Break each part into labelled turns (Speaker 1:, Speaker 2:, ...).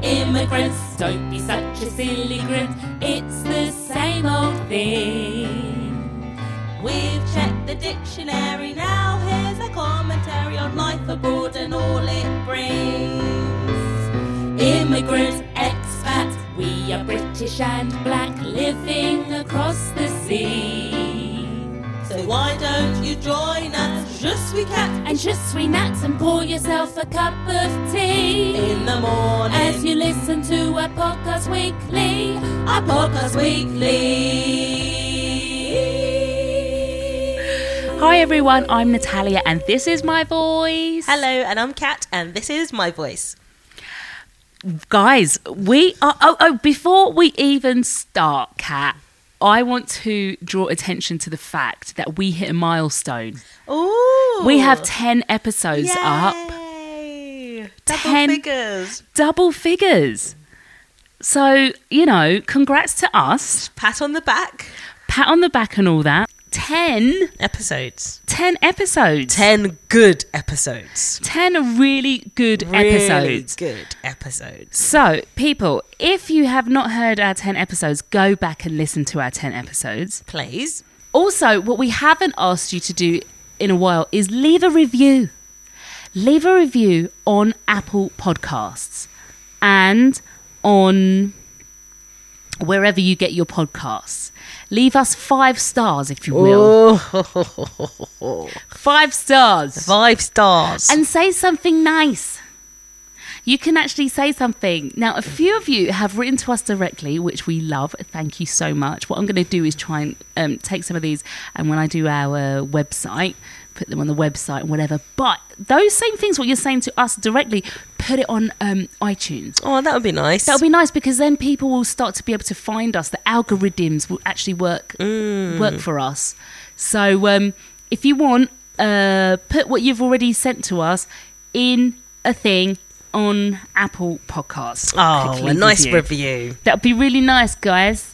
Speaker 1: difference. Don't be such a silly grit. It's the same old thing.
Speaker 2: We've checked the dictionary now. Here's a commentary on life abroad and all it brings.
Speaker 1: Immigrant, expat, we are British and black, living across the sea.
Speaker 2: So why don't you join us? Je suis cat
Speaker 1: and je suis nat, and pour yourself a cup of tea
Speaker 2: in the morning
Speaker 1: as you listen to our podcast weekly.
Speaker 2: Our podcast weekly.
Speaker 1: Hi everyone, I'm Natalia and this is my voice.
Speaker 2: Hello, and I'm Kat and this is my voice.
Speaker 1: Guys, we are oh, oh before we even start, Kat, I want to draw attention to the fact that we hit a milestone.
Speaker 2: Ooh.
Speaker 1: We have 10 episodes
Speaker 2: Yay.
Speaker 1: up.
Speaker 2: Double
Speaker 1: 10
Speaker 2: figures.
Speaker 1: Double figures. So, you know, congrats to us.
Speaker 2: Pat on the back.
Speaker 1: Pat on the back and all that. 10
Speaker 2: Episodes.
Speaker 1: 10 episodes.
Speaker 2: 10 good episodes.
Speaker 1: 10 really good
Speaker 2: Really
Speaker 1: episodes.
Speaker 2: good episodes.
Speaker 1: So, people, if you have not heard our 10 episodes, go back and listen to our 10 episodes.
Speaker 2: Please.
Speaker 1: Also, what we haven't asked you to do in a while is leave a review. Leave a review on Apple Podcasts and on wherever you get your podcasts. Leave us five stars if you will.
Speaker 2: Oh,
Speaker 1: Five stars.
Speaker 2: five stars.
Speaker 1: And say something nice. You can actually say something. Now, a few of you have written to us directly, which we love. Thank you so much. What I'm going to do is try and um, take some of these, and when I do our website, put them on the website and whatever. But those same things, what you're saying to us directly, put it on um, iTunes.
Speaker 2: oh, that would be nice.
Speaker 1: That'll be nice because then people will start to be able to find us. The algorithms will actually work
Speaker 2: Mm.
Speaker 1: work for us. So um, if you want, uh, put what you've already sent to us in a thing on Apple Podcasts.
Speaker 2: oh,
Speaker 1: Quickly
Speaker 2: a nice
Speaker 1: review.
Speaker 2: review.
Speaker 1: That'd be really nice, guys.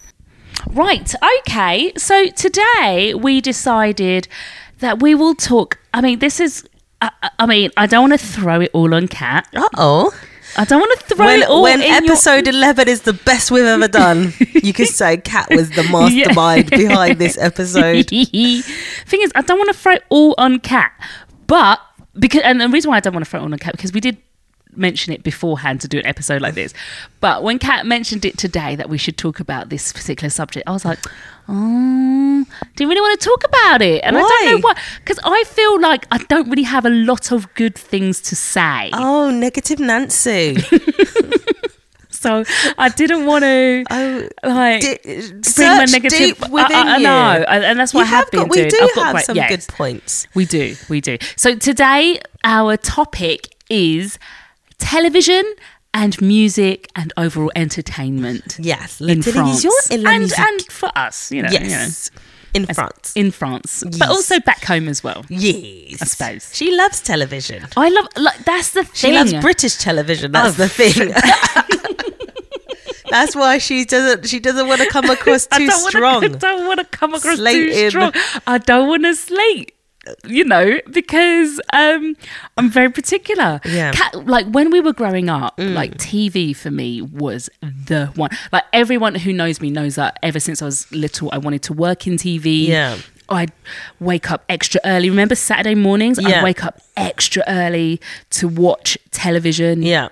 Speaker 1: Right, okay. So today we decided that we will talk. I mean, this is. I, I- I mean, I don't want to throw it all on Cat.
Speaker 2: Uh oh.
Speaker 1: I don't want to throw
Speaker 2: When,
Speaker 1: it all
Speaker 2: when
Speaker 1: oh, in your
Speaker 2: episode 11 is the best we've ever done, you could say Kat was the mastermind behind this episode.
Speaker 1: Thing is, I don't want to throw it all on Cat, but because and the reason why I don't want to throw it all on Cat because we did mention it beforehand to do an episode like this. But when Kat mentioned it today that we should talk about this particular subject, I was like, oh, do you really want to talk about it? And I don't know
Speaker 2: Why?
Speaker 1: why, because I feel like I don't really have a lot of good things to say.
Speaker 2: Oh, negative Nancy.
Speaker 1: So I didn't want to.
Speaker 2: Oh,
Speaker 1: like
Speaker 2: di-
Speaker 1: bring my
Speaker 2: search
Speaker 1: negative
Speaker 2: deep within
Speaker 1: I, I, I
Speaker 2: you.
Speaker 1: know, and- and that's what
Speaker 2: You
Speaker 1: I have,
Speaker 2: have
Speaker 1: been
Speaker 2: got, we
Speaker 1: doing.
Speaker 2: do
Speaker 1: I've got
Speaker 2: have
Speaker 1: great-
Speaker 2: some
Speaker 1: yes.
Speaker 2: good points.
Speaker 1: We do, we do. So today our topic is television and music and overall entertainment
Speaker 2: Yes,
Speaker 1: in
Speaker 2: la
Speaker 1: France
Speaker 2: télévision et la
Speaker 1: and
Speaker 2: musique.
Speaker 1: and for us, you know, you know,
Speaker 2: yes, in
Speaker 1: as-
Speaker 2: France.
Speaker 1: in France, but
Speaker 2: Yes.
Speaker 1: also back home as well.
Speaker 2: yes, I
Speaker 1: suppose.
Speaker 2: she loves television.
Speaker 1: I love like that's the
Speaker 2: She
Speaker 1: thing.
Speaker 2: loves British television. That's
Speaker 1: Oh,
Speaker 2: the thing. that's why she doesn't. She doesn't want to come across
Speaker 1: I
Speaker 2: too
Speaker 1: don't
Speaker 2: strong.
Speaker 1: Wanna, I don't want to come across
Speaker 2: Slating.
Speaker 1: too strong. I don't want to slate. You know, because um, I'm very particular.
Speaker 2: Yeah. Mm.
Speaker 1: Ca- like when we were growing up, like TV for me was the one. Like everyone who knows me knows that ever since I was little, I wanted to work in TV.
Speaker 2: Yeah.
Speaker 1: I'd wake up extra early. Remember Saturday mornings?
Speaker 2: Yeah.
Speaker 1: I'd wake up extra early to watch television
Speaker 2: yeah,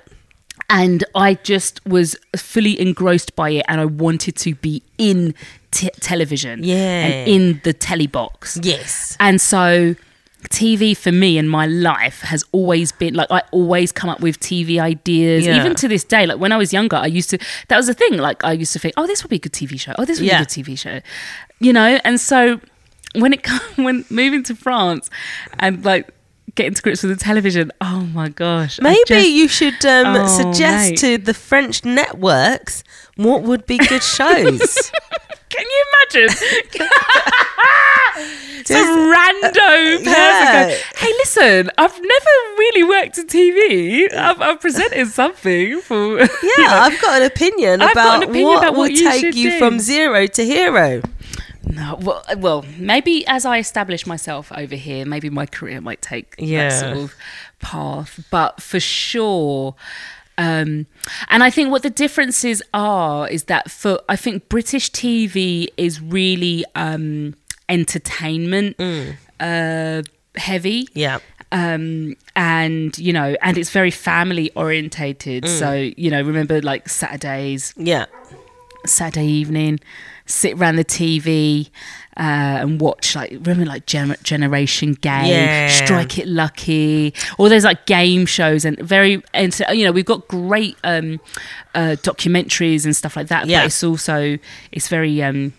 Speaker 1: and I just was fully engrossed by it, and I wanted to be in t- television,
Speaker 2: Yeah.
Speaker 1: and in the telly box,
Speaker 2: yes,
Speaker 1: and so. TV for me and my life has always been like I always come up with TV ideas.
Speaker 2: Yeah.
Speaker 1: Even to this day, like when I was younger, I used to that was the thing. Like I used to think, oh, this would be a good TV show. Oh, this would
Speaker 2: Yeah.
Speaker 1: be a good TV show. You know, and so when it come when moving to France and like getting to grips with the television, oh my gosh. I
Speaker 2: Maybe
Speaker 1: just-
Speaker 2: you should um,
Speaker 1: Oh,
Speaker 2: suggest
Speaker 1: mate.
Speaker 2: to the French networks what would be good shows.
Speaker 1: Can you imagine? It's a
Speaker 2: Just- uh,
Speaker 1: random person
Speaker 2: yeah.
Speaker 1: goes, hey, listen, I've never really worked in TV. I've, I've presented something for.
Speaker 2: yeah, I've got an opinion,
Speaker 1: I've
Speaker 2: about,
Speaker 1: got an opinion
Speaker 2: what
Speaker 1: about what
Speaker 2: will
Speaker 1: you
Speaker 2: take
Speaker 1: should
Speaker 2: you
Speaker 1: do.
Speaker 2: from zero to hero.
Speaker 1: No, well, uh, well, maybe as I establish myself over here, maybe my career might take
Speaker 2: Yeah.
Speaker 1: that sort of path. But for sure, Um, and I think what the differences are is that for I think British TV is really um, entertainment uh, heavy
Speaker 2: Yeah.
Speaker 1: um and you know and it's very family orientated so you know remember like saturdays
Speaker 2: Yeah.
Speaker 1: saturday evening sit around the tv uh, and watch like remember like Gen- generation game
Speaker 2: Yeah.
Speaker 1: strike it lucky all those like game shows and very and so, you know we've got great um uh documentaries and stuff like that
Speaker 2: Yeah.
Speaker 1: but it's also it's very um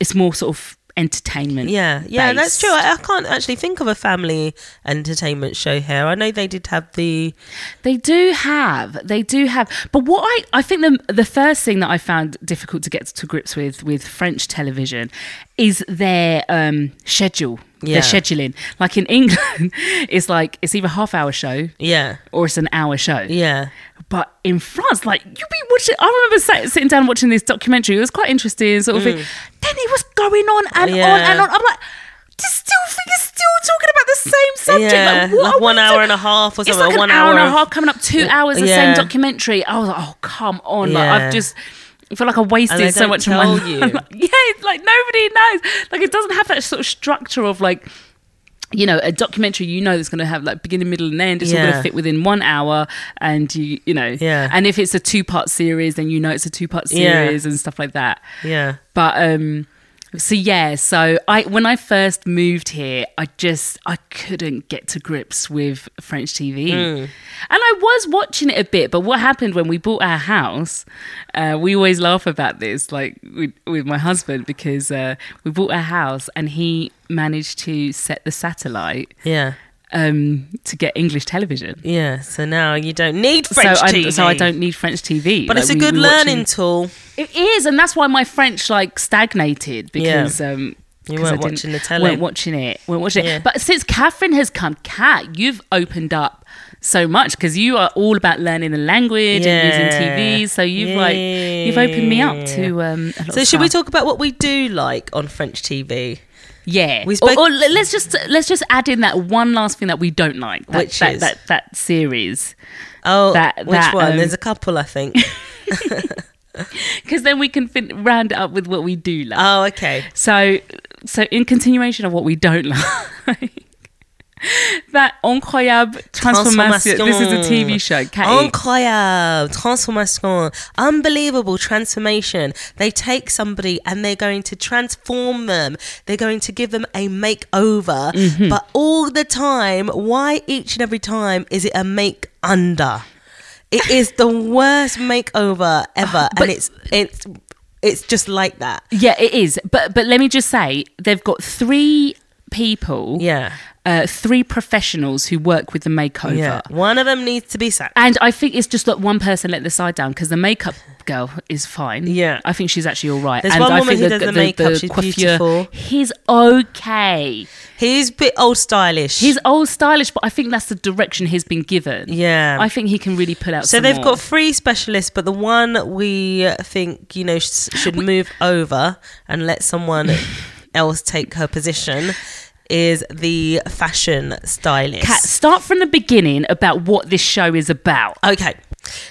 Speaker 1: it's more sort of entertainment
Speaker 2: Yeah, yeah, that's true.
Speaker 1: based.
Speaker 2: I, I can't actually think of a family entertainment show here. I know they did have the
Speaker 1: They do have, they do have. But what I, I think the the first thing that I found difficult to get to grips with with French television is their um, schedule,
Speaker 2: Yeah.
Speaker 1: their scheduling. Like in England, it's like it's either a half hour show
Speaker 2: yeah,
Speaker 1: or it's an hour show.
Speaker 2: yeah,
Speaker 1: But in France, like you'd be watching. I remember sat, sitting down watching this documentary. It was quite interesting, sort of thing. Then it was going on and
Speaker 2: Mm. Yeah.
Speaker 1: on and on. I'm like. Just still think it's still talking about the same subject.
Speaker 2: yeah,
Speaker 1: Like,
Speaker 2: like,
Speaker 1: what are
Speaker 2: one
Speaker 1: we
Speaker 2: hour
Speaker 1: doing?
Speaker 2: and a half or
Speaker 1: it's
Speaker 2: something.
Speaker 1: like
Speaker 2: or
Speaker 1: an
Speaker 2: one
Speaker 1: hour, and
Speaker 2: of-
Speaker 1: a half coming up two hours the
Speaker 2: Yeah.
Speaker 1: same documentary i was like oh come on like
Speaker 2: Yeah.
Speaker 1: i've just I feel like I
Speaker 2: And they
Speaker 1: wasted so
Speaker 2: don't
Speaker 1: much of my
Speaker 2: tell
Speaker 1: life.
Speaker 2: you.
Speaker 1: Like, yeah, it's like nobody knows. Like it doesn't have that sort of structure of like, you know, a documentary. You know, that's going to have like beginning, middle, and end. It's all going
Speaker 2: Yeah.
Speaker 1: to fit within one hour, and you, you know,
Speaker 2: Yeah.
Speaker 1: And if it's a two-part series, then you know it's a two-part
Speaker 2: Yeah.
Speaker 1: series and stuff like that.
Speaker 2: Yeah,
Speaker 1: But um so yeah, so I when I first moved here, I just I couldn't get to grips with French TV.
Speaker 2: Hmm.
Speaker 1: And I was watching it a bit, but what happened when we bought our house, uh, we always laugh about this like with, with my husband because uh, we bought our house and he managed to set the satellite
Speaker 2: yeah,
Speaker 1: um, to get English television.
Speaker 2: yeah. So now you don't need French
Speaker 1: so I
Speaker 2: TV.
Speaker 1: so I don't need French TV.
Speaker 2: But
Speaker 1: Like,
Speaker 2: it's a
Speaker 1: we-
Speaker 2: good
Speaker 1: we're watching-
Speaker 2: learning tool.
Speaker 1: it is, and that's why my French like stagnated because um, 'cause
Speaker 2: You weren't
Speaker 1: I didn't-
Speaker 2: watching the telly.
Speaker 1: weren't watching it, weren't watching
Speaker 2: Yeah.
Speaker 1: it. But since Catherine has come, Kat, you've opened up so much because you are all about learning the language
Speaker 2: Yeah.
Speaker 1: and using TV. So you've like you've opened me up to um. A lot
Speaker 2: So
Speaker 1: of
Speaker 2: should we
Speaker 1: stuff.
Speaker 2: talk about what we do like on French TV?
Speaker 1: Yeah,
Speaker 2: we
Speaker 1: we
Speaker 2: spoke-
Speaker 1: or, le- let's just let's just add in that one last thing that we don't like, that,
Speaker 2: Which
Speaker 1: that,
Speaker 2: is?
Speaker 1: that that series,
Speaker 2: Oh,
Speaker 1: That-
Speaker 2: which
Speaker 1: that,
Speaker 2: one?
Speaker 1: um,
Speaker 2: There's a couple, I think.
Speaker 1: because then we can fin- round it up with what we do like.
Speaker 2: oh, okay.
Speaker 1: So, so in continuation of what we don't like, that incroyable transformation. This is a TV show. Katie.
Speaker 2: Incroyable transformation, unbelievable transformation. They take somebody and they're going to transform them. They're going to give them a makeover,
Speaker 1: Mm-hmm.
Speaker 2: but all the time, why each and every time is it a make under? It is the worst makeover ever,
Speaker 1: But-
Speaker 2: and it's it's it's just like that.
Speaker 1: yeah, it is. But but let me just say, they've got three people.
Speaker 2: Yeah,
Speaker 1: Uh, three professionals who work with the makeover.
Speaker 2: yeah. One of them needs to be sacked.
Speaker 1: And I think it's just that one person let the side down because the makeup girl is fine.
Speaker 2: Yeah.
Speaker 1: I think she's actually all right.
Speaker 2: There's
Speaker 1: and
Speaker 2: one
Speaker 1: I
Speaker 2: woman
Speaker 1: think
Speaker 2: who does the makeup, she's
Speaker 1: coiffure,
Speaker 2: beautiful.
Speaker 1: He's okay.
Speaker 2: He's a bit old stylish.
Speaker 1: He's old stylish, but I think that's the direction he's been given.
Speaker 2: yeah.
Speaker 1: I think he can really pull out.
Speaker 2: Um, So
Speaker 1: some
Speaker 2: they've
Speaker 1: more.
Speaker 2: got three specialists, but the one we think you know sh- should move over and let someone else take her position is the fashion stylist.
Speaker 1: Kat, start from the beginning about what this show is about.
Speaker 2: Okay.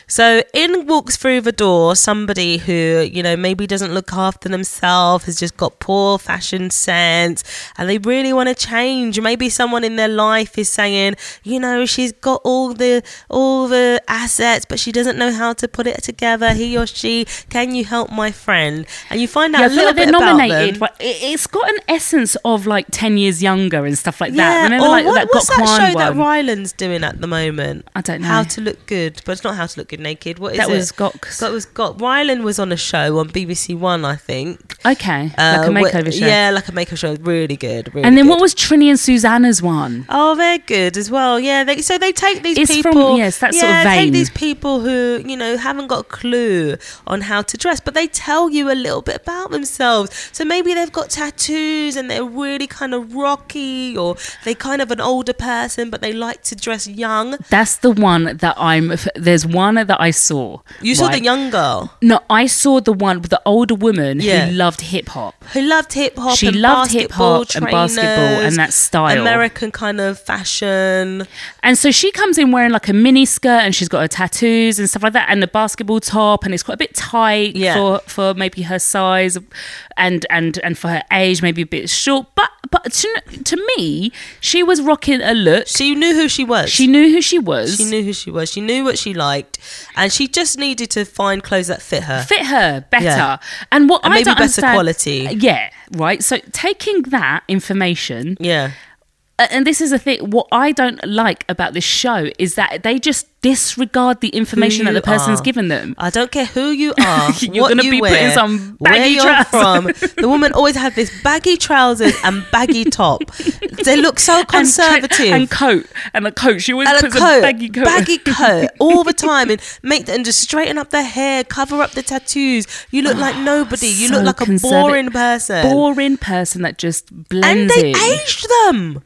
Speaker 2: So in walks through the door somebody who, you know, maybe doesn't look after themselves, has just got poor fashion sense, and they really want to change. Maybe someone in their life is saying, you know, she's got all the all the assets, but she doesn't know how to put it together. He or she, can you help my friend? And you find out
Speaker 1: Yeah, I
Speaker 2: a
Speaker 1: feel
Speaker 2: little
Speaker 1: like they're
Speaker 2: bit about
Speaker 1: nominated,
Speaker 2: them.
Speaker 1: but it- it's got an essence of like ten years younger and stuff like that. Remember,
Speaker 2: or
Speaker 1: like
Speaker 2: what-
Speaker 1: that
Speaker 2: what's
Speaker 1: Gokwan
Speaker 2: that show that
Speaker 1: one.
Speaker 2: Ryland's doing at the moment?
Speaker 1: I don't know.
Speaker 2: How to look good, but it's not how to look good naked. What is
Speaker 1: That
Speaker 2: it?
Speaker 1: was Gok's.
Speaker 2: That was got Ryland was on a show on BBC One, I think.
Speaker 1: okay, like
Speaker 2: Uh,
Speaker 1: a
Speaker 2: wh-
Speaker 1: makeover show.
Speaker 2: Yeah, like a makeover show. Really good. Really
Speaker 1: and then what
Speaker 2: good.
Speaker 1: was Trini and Susanna's one?
Speaker 2: Oh, they're good as well. Yeah, they, so they take these
Speaker 1: It's
Speaker 2: people.
Speaker 1: from- yes, that sort of
Speaker 2: yeah, take
Speaker 1: vein.
Speaker 2: these people who you know haven't got a clue on how to dress, but they tell you a little bit about themselves. So maybe they've got tattoos and they're really kind of rocky, or they're kind of an older person, but they like to dress young.
Speaker 1: That's the one that I'm. f- There's one that I saw.
Speaker 2: You saw
Speaker 1: right?
Speaker 2: the young girl
Speaker 1: No, I saw the one with the older woman
Speaker 2: Yeah.
Speaker 1: who loved hip hop.
Speaker 2: who loved hip hop.
Speaker 1: She
Speaker 2: and
Speaker 1: loved hip
Speaker 2: basketball
Speaker 1: hop and basketball and
Speaker 2: trainers,
Speaker 1: that style.
Speaker 2: American kind of fashion.
Speaker 1: And so she comes in wearing like a mini skirt and she's got her tattoos and stuff like that and a basketball top and it's quite a bit tight
Speaker 2: Yeah.
Speaker 1: for, for maybe her size and, and and for her age, maybe a bit short. But but to, to me, she was rocking a look.
Speaker 2: She knew who she was.
Speaker 1: She knew who she was.
Speaker 2: She knew who she was. She knew what she liked, and she just needed to find clothes that fit her.
Speaker 1: fit her better.
Speaker 2: Yeah.
Speaker 1: And what
Speaker 2: And
Speaker 1: I
Speaker 2: maybe
Speaker 1: don't
Speaker 2: better
Speaker 1: understand-
Speaker 2: quality.
Speaker 1: Yeah, right. So taking that information
Speaker 2: Yeah,
Speaker 1: a- and this is the thing what i don't like about this show is that they just disregard the information that
Speaker 2: you
Speaker 1: the person's
Speaker 2: are.
Speaker 1: given them
Speaker 2: I don't care who you are.
Speaker 1: You're
Speaker 2: what
Speaker 1: gonna
Speaker 2: you
Speaker 1: be
Speaker 2: wear,
Speaker 1: putting some
Speaker 2: where
Speaker 1: baggy
Speaker 2: you're
Speaker 1: trousers.
Speaker 2: from. The woman always had this baggy trousers and baggy top. They look so
Speaker 1: And tra-
Speaker 2: conservative.
Speaker 1: and, coat and a coat she always
Speaker 2: and a
Speaker 1: puts
Speaker 2: coat,
Speaker 1: a baggy coat
Speaker 2: baggy coat all the time, and make the, and just straighten up the hair, cover up the tattoos. You look like nobody. You
Speaker 1: So
Speaker 2: look like a
Speaker 1: conserva-
Speaker 2: boring person.
Speaker 1: boring person that just
Speaker 2: and
Speaker 1: blends
Speaker 2: they
Speaker 1: in
Speaker 2: aged them.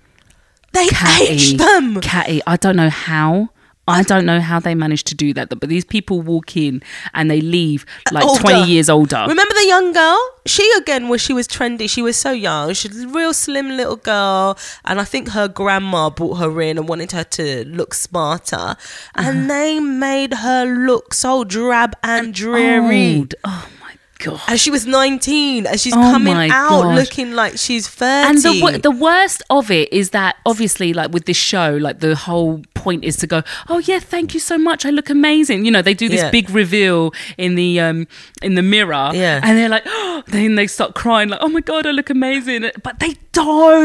Speaker 2: They
Speaker 1: Catty.
Speaker 2: aged them.
Speaker 1: Catty. I don't know how. I don't know how they managed to do that, but these people walk in and they leave like
Speaker 2: older.
Speaker 1: 20 years older.
Speaker 2: Remember the young girl? She again was she was trendy. She was so young. She's a real slim little girl, and I think her grandma brought her in and wanted her to look smarter. And they made her look so drab and dreary.
Speaker 1: Old. Oh my god.
Speaker 2: And she was 19, and she's
Speaker 1: Oh
Speaker 2: coming
Speaker 1: my
Speaker 2: out
Speaker 1: God.
Speaker 2: looking like she's 30.
Speaker 1: And the, wo- the worst of it is that obviously, like with this show, like the whole point is to go, oh yeah, thank you so much, I look amazing. You know, they do this
Speaker 2: Yeah.
Speaker 1: big reveal in the um in the mirror,
Speaker 2: Yeah.
Speaker 1: and they're like, oh, then they start crying, like, oh my god, I look amazing, but they don't.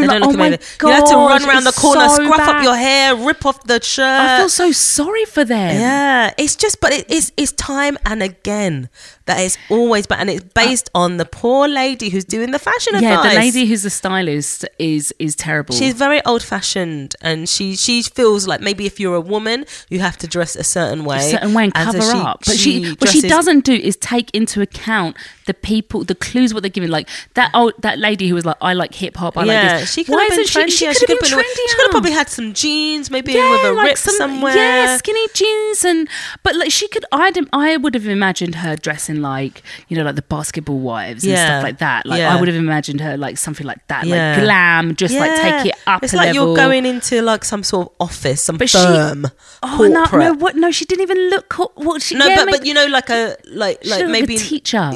Speaker 2: They don't
Speaker 1: oh
Speaker 2: look
Speaker 1: my
Speaker 2: amazing. You have to run
Speaker 1: gosh,
Speaker 2: around the
Speaker 1: it's
Speaker 2: corner,
Speaker 1: so
Speaker 2: scruff up
Speaker 1: bad.
Speaker 2: your hair, rip off the shirt.
Speaker 1: I feel so sorry for them.
Speaker 2: Yeah, it's just, but it, it's it's time and again that it's always, but and it's based on the poor lady who's doing Uh, the fashion
Speaker 1: Yeah,
Speaker 2: advice.
Speaker 1: the lady who's the stylist is is terrible.
Speaker 2: She's very old fashioned, and she she feels like maybe if you're a woman, you have to dress a certain way,
Speaker 1: a certain way and cover
Speaker 2: so
Speaker 1: up. But she, what she
Speaker 2: dresses-
Speaker 1: doesn't do is take into account the people, the clues what they're giving. Like that old that lady who was like, I like hip hop. I
Speaker 2: yeah,
Speaker 1: like this.
Speaker 2: she could have been trendier.
Speaker 1: She, she
Speaker 2: She
Speaker 1: could
Speaker 2: could
Speaker 1: have been
Speaker 2: been- She could
Speaker 1: trendier.
Speaker 2: have probably had some jeans, maybe
Speaker 1: yeah,
Speaker 2: with a
Speaker 1: like
Speaker 2: rip
Speaker 1: some,
Speaker 2: somewhere.
Speaker 1: Yeah, skinny jeans and but like she could. I I would have imagined her dressing like you know like the basketball wives and
Speaker 2: Yeah,
Speaker 1: stuff like that. Like
Speaker 2: yeah.
Speaker 1: I would have imagined her like something like that,
Speaker 2: Yeah.
Speaker 1: like glam, just like take it up.
Speaker 2: It's
Speaker 1: a
Speaker 2: like
Speaker 1: level.
Speaker 2: you're going into like some sort of office, some
Speaker 1: But she-
Speaker 2: firm.
Speaker 1: Oh no,
Speaker 2: corporate.
Speaker 1: no, what? No, she didn't even look. Co- what she?
Speaker 2: No,
Speaker 1: yeah,
Speaker 2: but
Speaker 1: maybe-
Speaker 2: but you know, like a like
Speaker 1: she
Speaker 2: like
Speaker 1: looked like
Speaker 2: maybe
Speaker 1: a teacher.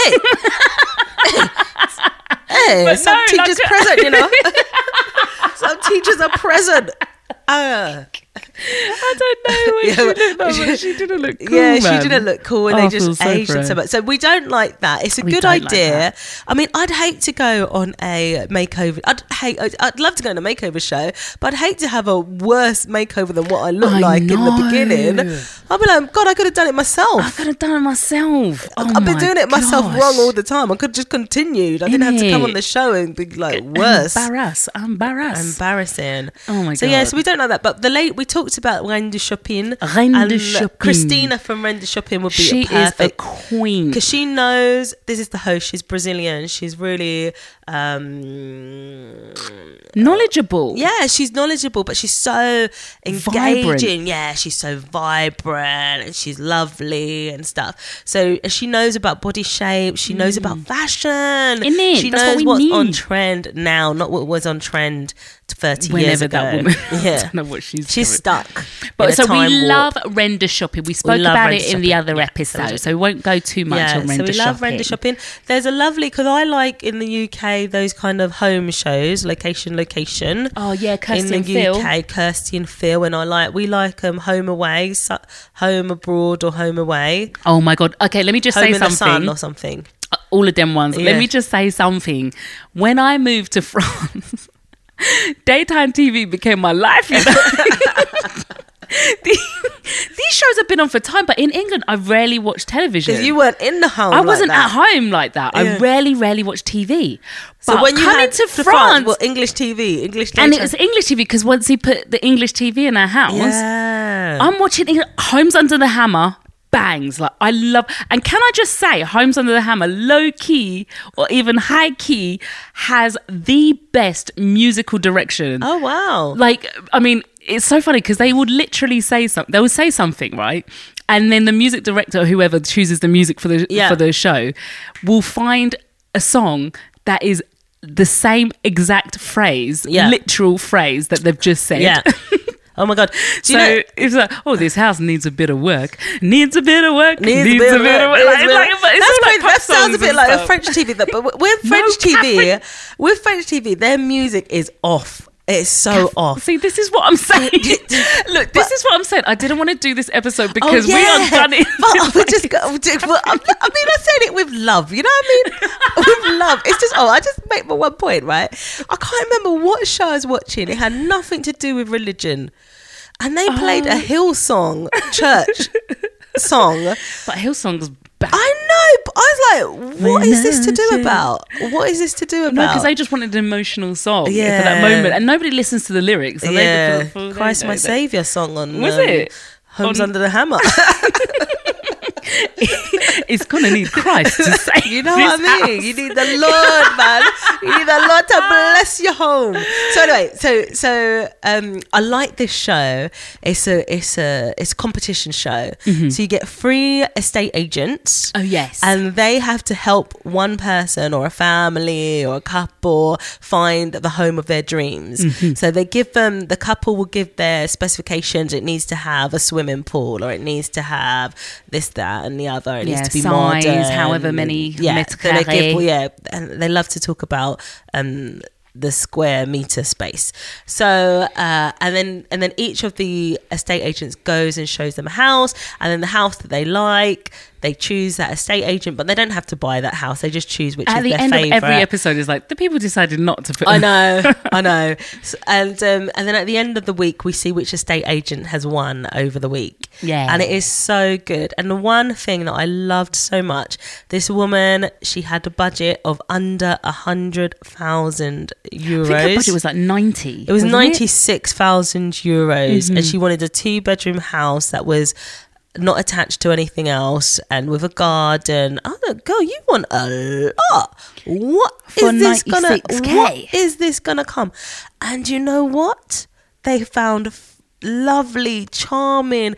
Speaker 2: hey, hey, eh, some
Speaker 1: no, like-
Speaker 2: teachers present, you know. some teachers are present. Uh,
Speaker 1: I don't
Speaker 2: Yeah,
Speaker 1: know.
Speaker 2: but-
Speaker 1: She, looked that, but she didn't look cool.
Speaker 2: yeah,
Speaker 1: man.
Speaker 2: she didn't look cool,
Speaker 1: Oh,
Speaker 2: and
Speaker 1: I
Speaker 2: they
Speaker 1: feel
Speaker 2: just
Speaker 1: so
Speaker 2: aged
Speaker 1: for
Speaker 2: her so
Speaker 1: her.
Speaker 2: much. So we don't like that. It's a
Speaker 1: We
Speaker 2: good
Speaker 1: don't like
Speaker 2: idea.
Speaker 1: that.
Speaker 2: I mean, I'd hate to go on a makeover. I'd hate. I'd, I'd love to go on a makeover show, but I'd hate to have a worse makeover than what I look
Speaker 1: I
Speaker 2: like in the
Speaker 1: know.
Speaker 2: beginning. I'd be like, God, I could have done it myself.
Speaker 1: I could have done it myself. Oh
Speaker 2: I've been
Speaker 1: my
Speaker 2: doing it myself
Speaker 1: gosh.
Speaker 2: wrong all the time. I could just continued. I didn't have to come on
Speaker 1: Innit?
Speaker 2: the show and be like worse.
Speaker 1: Embarrass. Embarrass.
Speaker 2: Embarrassing.
Speaker 1: Oh my
Speaker 2: So yeah,
Speaker 1: God.
Speaker 2: so we don't like that. But the late we talked about Renda Shopping.
Speaker 1: Renda
Speaker 2: and
Speaker 1: Shopping.
Speaker 2: Christina from Renda Shopping would be
Speaker 1: She is a
Speaker 2: perfect
Speaker 1: queen.
Speaker 2: because she knows this is the host. She's Brazilian. She's really, um,
Speaker 1: Knowledgeable.
Speaker 2: yeah, she's knowledgeable, but she's so engaging.
Speaker 1: Vibrant.
Speaker 2: Yeah, she's so vibrant and she's lovely and stuff. So and she knows about body shape. She knows about fashion.
Speaker 1: Innit?
Speaker 2: She
Speaker 1: Mm. That's what
Speaker 2: knows
Speaker 1: we
Speaker 2: what's
Speaker 1: need.
Speaker 2: on trend now, not what was on trend thirty years
Speaker 1: Whenever
Speaker 2: ago.
Speaker 1: that woman. I
Speaker 2: Yeah.
Speaker 1: don't know what she's
Speaker 2: She's
Speaker 1: doing.
Speaker 2: stuck. in
Speaker 1: But
Speaker 2: a
Speaker 1: so we
Speaker 2: time warp.
Speaker 1: love render shopping. We spoke
Speaker 2: love
Speaker 1: about
Speaker 2: render
Speaker 1: it in the other
Speaker 2: shopping. Yeah, so we
Speaker 1: episode,
Speaker 2: do.
Speaker 1: so we won't go too much on render
Speaker 2: so we love
Speaker 1: shopping.
Speaker 2: render shopping. There's a lovely because I like in the UK those kind of home shows, location, location.
Speaker 1: Oh yeah, Kirsty
Speaker 2: in
Speaker 1: and
Speaker 2: the
Speaker 1: Phil.
Speaker 2: UK, Kirsty and Phil, and I like we like um, home away, su- home abroad, or home away,
Speaker 1: Oh my god. Okay, let me just
Speaker 2: home
Speaker 1: say
Speaker 2: in the sun
Speaker 1: something.
Speaker 2: or something.
Speaker 1: uh, all of them ones.
Speaker 2: Yeah.
Speaker 1: Let me just say something. When I moved to France, daytime TV became my life. You know? The- these shows have been on for time, but in England, I rarely watch television.
Speaker 2: Because you weren't in the home.
Speaker 1: I
Speaker 2: like
Speaker 1: wasn't
Speaker 2: that.
Speaker 1: at home like that.
Speaker 2: Yeah.
Speaker 1: I rarely, rarely watch TV.
Speaker 2: So
Speaker 1: But
Speaker 2: when you
Speaker 1: coming
Speaker 2: had
Speaker 1: to France,
Speaker 2: well, English TV, English,
Speaker 1: and
Speaker 2: daytime-
Speaker 1: it was English TV because once he put the English TV in our house,
Speaker 2: yeah.
Speaker 1: I'm watching England, Homes Under the Hammer bangs. Like I love and can I just say Homes Under the Hammer low key or even high key has the best musical direction.
Speaker 2: oh wow.
Speaker 1: Like I mean it's so funny because they would literally say something. They would say something, right? And then the music director, whoever chooses the music for the
Speaker 2: Yeah.
Speaker 1: for the show, will find a song that is the same exact phrase,
Speaker 2: Yeah.
Speaker 1: literal phrase that they've just said.
Speaker 2: Yeah. Oh my god. Do
Speaker 1: so
Speaker 2: you know,
Speaker 1: it's like, oh, this house needs a bit of work. Needs a bit of work.
Speaker 2: Needs a bit of work,
Speaker 1: Like,
Speaker 2: needs
Speaker 1: it's
Speaker 2: a bit of
Speaker 1: like,
Speaker 2: work.
Speaker 1: it's
Speaker 2: That's
Speaker 1: all
Speaker 2: quite-
Speaker 1: like pop
Speaker 2: that sounds a
Speaker 1: songs
Speaker 2: bit
Speaker 1: and
Speaker 2: like a
Speaker 1: stuff.
Speaker 2: French TV, but but with French TV, with French TV, their music is off. It's so off.
Speaker 1: See, this is what I'm saying. Look, this
Speaker 2: But-
Speaker 1: is what I'm saying. I didn't want to do this
Speaker 2: Oh,
Speaker 1: episode because we are done it.
Speaker 2: But we just go, we do- well, I I mean, I said it with love. You know what I mean? with love. It's just, oh, I just make my one point, right? I can't remember what show I was watching. It had nothing to do with religion. And they played
Speaker 1: Uh-huh.
Speaker 2: a Hillsong church song.
Speaker 1: But Hillsong's back.
Speaker 2: I know. But I was like, what is this to do
Speaker 1: Religion.
Speaker 2: about? What is this to do about?
Speaker 1: no, because they just wanted an emotional song for
Speaker 2: Yeah.
Speaker 1: that moment, and nobody listens to the lyrics. So
Speaker 2: yeah,
Speaker 1: they just feel- feel-
Speaker 2: Christ,
Speaker 1: they
Speaker 2: my
Speaker 1: know that-
Speaker 2: saviour song on
Speaker 1: Was
Speaker 2: um,
Speaker 1: it?
Speaker 2: Homes
Speaker 1: On-
Speaker 2: Under the Hammer.
Speaker 1: it's gonna need Christ to save.
Speaker 2: You know what I mean? You need the Lord, man. You need the Lord to bless your home. So anyway, so so um, I like this show. It's a it's a it's a competition show. So you get three estate agents.
Speaker 1: Mm-hmm. Oh yes.
Speaker 2: And they have to help one person or a family or a couple find the home of their dreams.
Speaker 1: Mm-hmm.
Speaker 2: So they give them, the couple will give their specifications. It needs to have a swimming pool or it needs to have this, that, and the other. It
Speaker 1: Yeah,
Speaker 2: needs to be
Speaker 1: size,
Speaker 2: modern.
Speaker 1: however many
Speaker 2: Yeah,
Speaker 1: mètres
Speaker 2: so they give-
Speaker 1: carrés.
Speaker 2: yeah, and they love to talk about um, the square meter space. So uh, and then and then each of the estate agents goes and shows them a house, and then the house that they like, they choose that estate agent, but they don't have to buy that house. They just choose which
Speaker 1: At
Speaker 2: is
Speaker 1: the
Speaker 2: their
Speaker 1: end
Speaker 2: favorite.
Speaker 1: of every episode, is like the people decided not to put.
Speaker 2: I know, I know. S- And um, and then at the end of the week, we see which estate agent has won over the week.
Speaker 1: Yeah.
Speaker 2: and it is so good. And the one thing that I loved so much, this woman, she had a budget of under a hundred thousand
Speaker 1: I
Speaker 2: euros.
Speaker 1: think her budget was like ninety.
Speaker 2: It was
Speaker 1: wasn't Mm-hmm.
Speaker 2: ninety six thousand euros, and she wanted a two bedroom house that was not attached to anything else and with a garden. I don't girl, you want a lot. What is
Speaker 1: For
Speaker 2: this gonna?
Speaker 1: 96K.
Speaker 2: What is this gonna come? And you know what? They found f- lovely, charming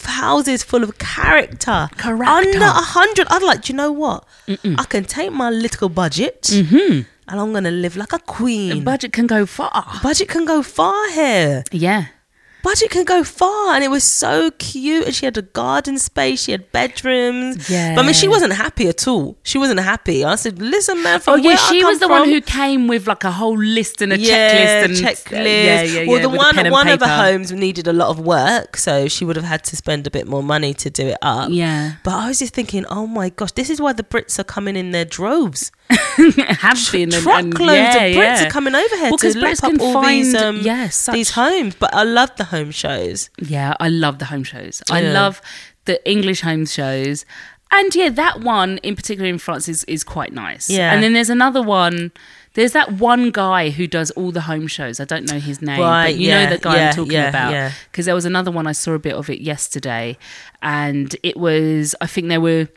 Speaker 2: houses full of character.
Speaker 1: Character.
Speaker 2: Under a hundred. I'd like. Do you know what? I can take my little budget.
Speaker 1: Mm-hmm.
Speaker 2: And I'm gonna live like a
Speaker 1: The
Speaker 2: queen.
Speaker 1: budget can go far.
Speaker 2: Budget can go far here.
Speaker 1: Yeah.
Speaker 2: Budget can go far, and it was so cute. And she had a garden space. She had bedrooms.
Speaker 1: Yeah.
Speaker 2: But I mean, she wasn't happy at all. She wasn't happy. I said, "Listen, man, from
Speaker 1: Oh yeah,
Speaker 2: where I
Speaker 1: she
Speaker 2: come
Speaker 1: was the
Speaker 2: from-
Speaker 1: one who came with like a whole list and a checklist
Speaker 2: yeah,
Speaker 1: and uh,
Speaker 2: checklist.
Speaker 1: Yeah, yeah, yeah.
Speaker 2: well, the
Speaker 1: with a
Speaker 2: one
Speaker 1: pen and
Speaker 2: one of the
Speaker 1: paper.
Speaker 2: homes needed a lot of work, so she would have had to spend a bit more money to do it up.
Speaker 1: Yeah,
Speaker 2: But I was just thinking, oh my gosh, this is why the Brits are coming in their droves.
Speaker 1: have been and- and-
Speaker 2: truckloads
Speaker 1: yeah,
Speaker 2: of Brits
Speaker 1: yeah.
Speaker 2: are coming over here
Speaker 1: Well,
Speaker 2: to
Speaker 1: 'cause
Speaker 2: lap
Speaker 1: Brits can
Speaker 2: up all these
Speaker 1: find-
Speaker 2: um,
Speaker 1: yeah, such-
Speaker 2: these homes. But I love the home shows.
Speaker 1: Yeah, I love the home shows. I
Speaker 2: Yeah.
Speaker 1: love the English home shows. And yeah, that one in particular in France is, is quite nice.
Speaker 2: Yeah.
Speaker 1: And then there's another one. There's that one guy who does all the home shows. I don't know his name,
Speaker 2: Right,
Speaker 1: but you
Speaker 2: yeah,
Speaker 1: know the guy
Speaker 2: yeah,
Speaker 1: I'm talking
Speaker 2: yeah, yeah.
Speaker 1: about. Because there was another one I saw a bit of it yesterday, and it was I think there were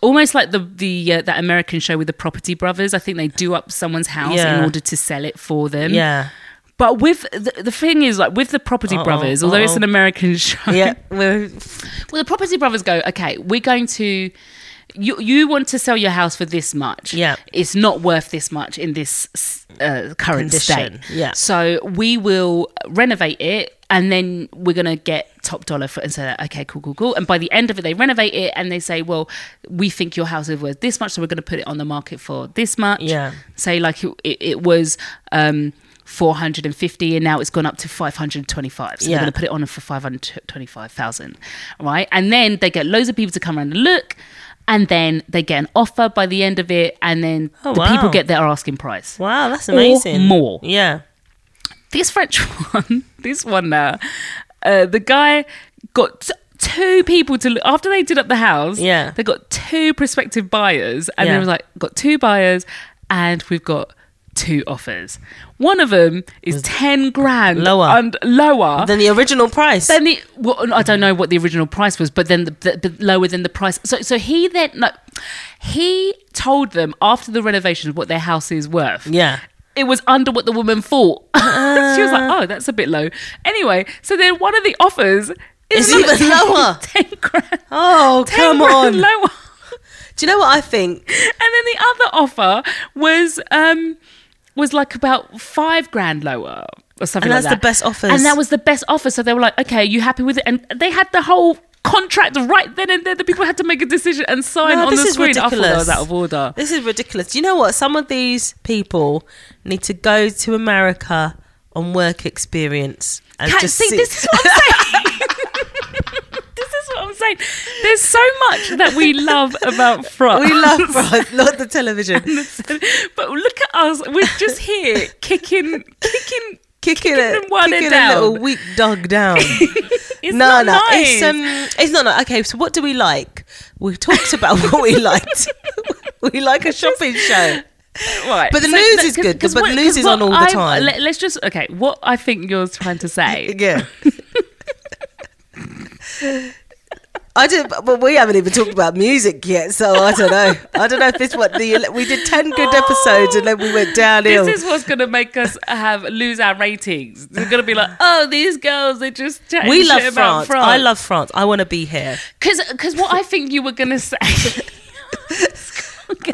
Speaker 1: almost like the the uh, that American show with the Property Brothers. I think they do up someone's house
Speaker 2: Yeah.
Speaker 1: in order to sell it for them.
Speaker 2: Yeah.
Speaker 1: But with the, the thing is like with the Property
Speaker 2: Uh-oh,
Speaker 1: Brothers, although it's
Speaker 2: uh-oh.
Speaker 1: an American show,
Speaker 2: Yeah, we're
Speaker 1: well, the property brothers go, okay, we're going to. You, you want to sell your house for this much.
Speaker 2: Yeah.
Speaker 1: It's not worth this much in this uh, current
Speaker 2: Condition,
Speaker 1: state.
Speaker 2: yeah.
Speaker 1: So we will renovate it and then we're going to get top dollar for and say, okay, cool, cool, cool. And by the end of it, they renovate it and they say, well, we think your house is worth this much, so we're going to put it on the market for this much.
Speaker 2: Yeah.
Speaker 1: Say, like, it, it, it was. Um, 450 and now it's gone up to 525 so
Speaker 2: Yeah.
Speaker 1: they're going to put it on for 525,000 right and then they get loads of people to come around and look and then they get an offer by the end of it and then
Speaker 2: Oh,
Speaker 1: the
Speaker 2: wow.
Speaker 1: people get their asking price
Speaker 2: wow, that's
Speaker 1: Or
Speaker 2: amazing.
Speaker 1: more.
Speaker 2: yeah.
Speaker 1: this french one this one now uh, the guy got t- two people to look after they did up the house
Speaker 2: Yeah.
Speaker 1: they got two prospective buyers and
Speaker 2: Yeah.
Speaker 1: they was like got two buyers and we've got two offers one of them is 10 grand
Speaker 2: Lower.
Speaker 1: and lower
Speaker 2: Than the original price.
Speaker 1: then the well, I don't know what the original price was, but then the, the, the lower than the price. So so he then no, he told them after the renovations what their house is worth.
Speaker 2: yeah.
Speaker 1: it was under what the woman thought. she was like, oh, that's a bit low. Anyway, so then one of the offers is
Speaker 2: It's even lower.
Speaker 1: 10 grand.
Speaker 2: Oh,
Speaker 1: 10
Speaker 2: come
Speaker 1: grand
Speaker 2: on.
Speaker 1: Lower.
Speaker 2: Do you know what I think?
Speaker 1: And then the other offer was um was like about five grand lower or something like
Speaker 2: And that's
Speaker 1: that.
Speaker 2: the best offers.
Speaker 1: And that was the best offer. So they were like, okay, you happy with it? And they had the whole contract right then and there. The people had to make a decision and sign
Speaker 2: No,
Speaker 1: on
Speaker 2: this
Speaker 1: the
Speaker 2: is
Speaker 1: screen. I thought that was
Speaker 2: ridiculous.
Speaker 1: out of order.
Speaker 2: This is ridiculous. Do you know what? Some of these people need to go to America on work experience and
Speaker 1: Can't
Speaker 2: just
Speaker 1: see,
Speaker 2: see-
Speaker 1: this is what I'm saying. this is what I'm saying. There's so much that we love about France.
Speaker 2: we love France, not the television.
Speaker 1: but look at us. We're just here kicking, kicking.
Speaker 2: Kicking,
Speaker 1: them
Speaker 2: it,
Speaker 1: while they're
Speaker 2: kicking
Speaker 1: down.
Speaker 2: a little weak dog down.
Speaker 1: It's
Speaker 2: no,
Speaker 1: not
Speaker 2: no,
Speaker 1: nice.
Speaker 2: it's um, it's not. Nice. Okay, so what do we like? We talked about what we liked. we like a shopping show.
Speaker 1: Right.
Speaker 2: But the news is
Speaker 1: cause-
Speaker 2: good,
Speaker 1: cause
Speaker 2: but
Speaker 1: what-
Speaker 2: news
Speaker 1: cause
Speaker 2: is on
Speaker 1: what
Speaker 2: all the
Speaker 1: I-
Speaker 2: time.
Speaker 1: Let, us just okay. What I think you're trying to say.
Speaker 2: Yeah. I did, but we haven't even talked about music yet, so I don't know. I don't know if this what the we did ten good episodes and then we went downhill.
Speaker 1: This is what's going to make us have lose our ratings. They're going to be like, oh, these girls, they're just chatting
Speaker 2: we
Speaker 1: shit
Speaker 2: love
Speaker 1: about
Speaker 2: France. I love France. I want to be here.
Speaker 1: because what I think you were going to say.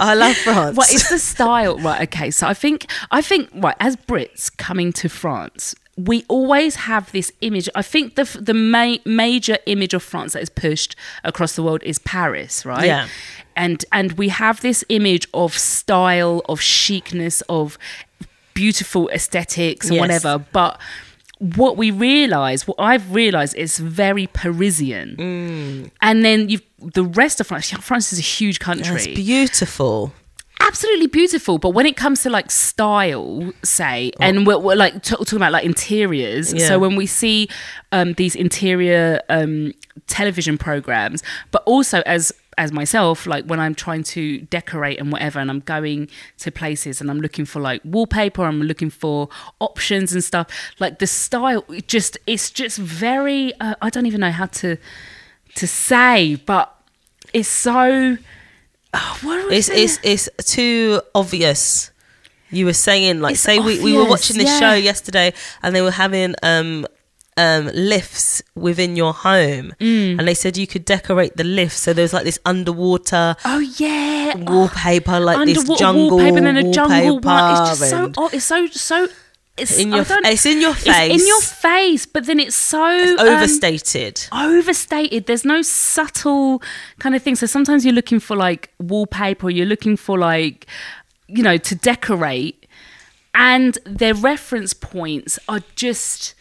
Speaker 2: I love France.
Speaker 1: Well, it's the style, right? Okay, so I think I think right as Brits coming to France, we always have this image. I think the f- the ma- major image of France that is pushed across the world is Paris, right?
Speaker 2: Yeah.
Speaker 1: And and we have this image of style, of chicness, of beautiful aesthetics and
Speaker 2: Yes.
Speaker 1: whatever, but. What we realise, what I've realised, is very Parisian,
Speaker 2: Mm.
Speaker 1: and then you've the rest of France. France is a huge country
Speaker 2: It's beautiful.
Speaker 1: absolutely beautiful but when it comes to like style say and we're, we're like t- talking about like interiors
Speaker 2: Oh. Yeah.
Speaker 1: so when we see um these interior um television programs but also as as myself like when i'm trying to decorate and whatever and i'm going to places and i'm looking for like wallpaper i'm looking for options and stuff like the style it just it's just very uh, i don't even know how to to say but it's so oh, what do I
Speaker 2: It's
Speaker 1: say?
Speaker 2: it's it's too obvious. You were saying like
Speaker 1: It's
Speaker 2: say we, we were
Speaker 1: obvious,
Speaker 2: watching this
Speaker 1: yeah.
Speaker 2: show yesterday and they were having um um lifts within your home
Speaker 1: Mm.
Speaker 2: and they said you could decorate the lift so there's like this underwater
Speaker 1: Oh yeah,
Speaker 2: wallpaper like this
Speaker 1: underwater
Speaker 2: jungle
Speaker 1: wallpaper and then a jungle one.
Speaker 2: wallpaper
Speaker 1: It's just so
Speaker 2: and-
Speaker 1: oh, it's so so. It's
Speaker 2: In
Speaker 1: I
Speaker 2: your-
Speaker 1: don't-
Speaker 2: it's in your
Speaker 1: It's in your
Speaker 2: face.
Speaker 1: face, but then it's so um,
Speaker 2: overstated
Speaker 1: overstated. There's no subtle kind of thing. So sometimes you're looking for like wallpaper, or you're looking for like, you know, to decorate, and their reference points are just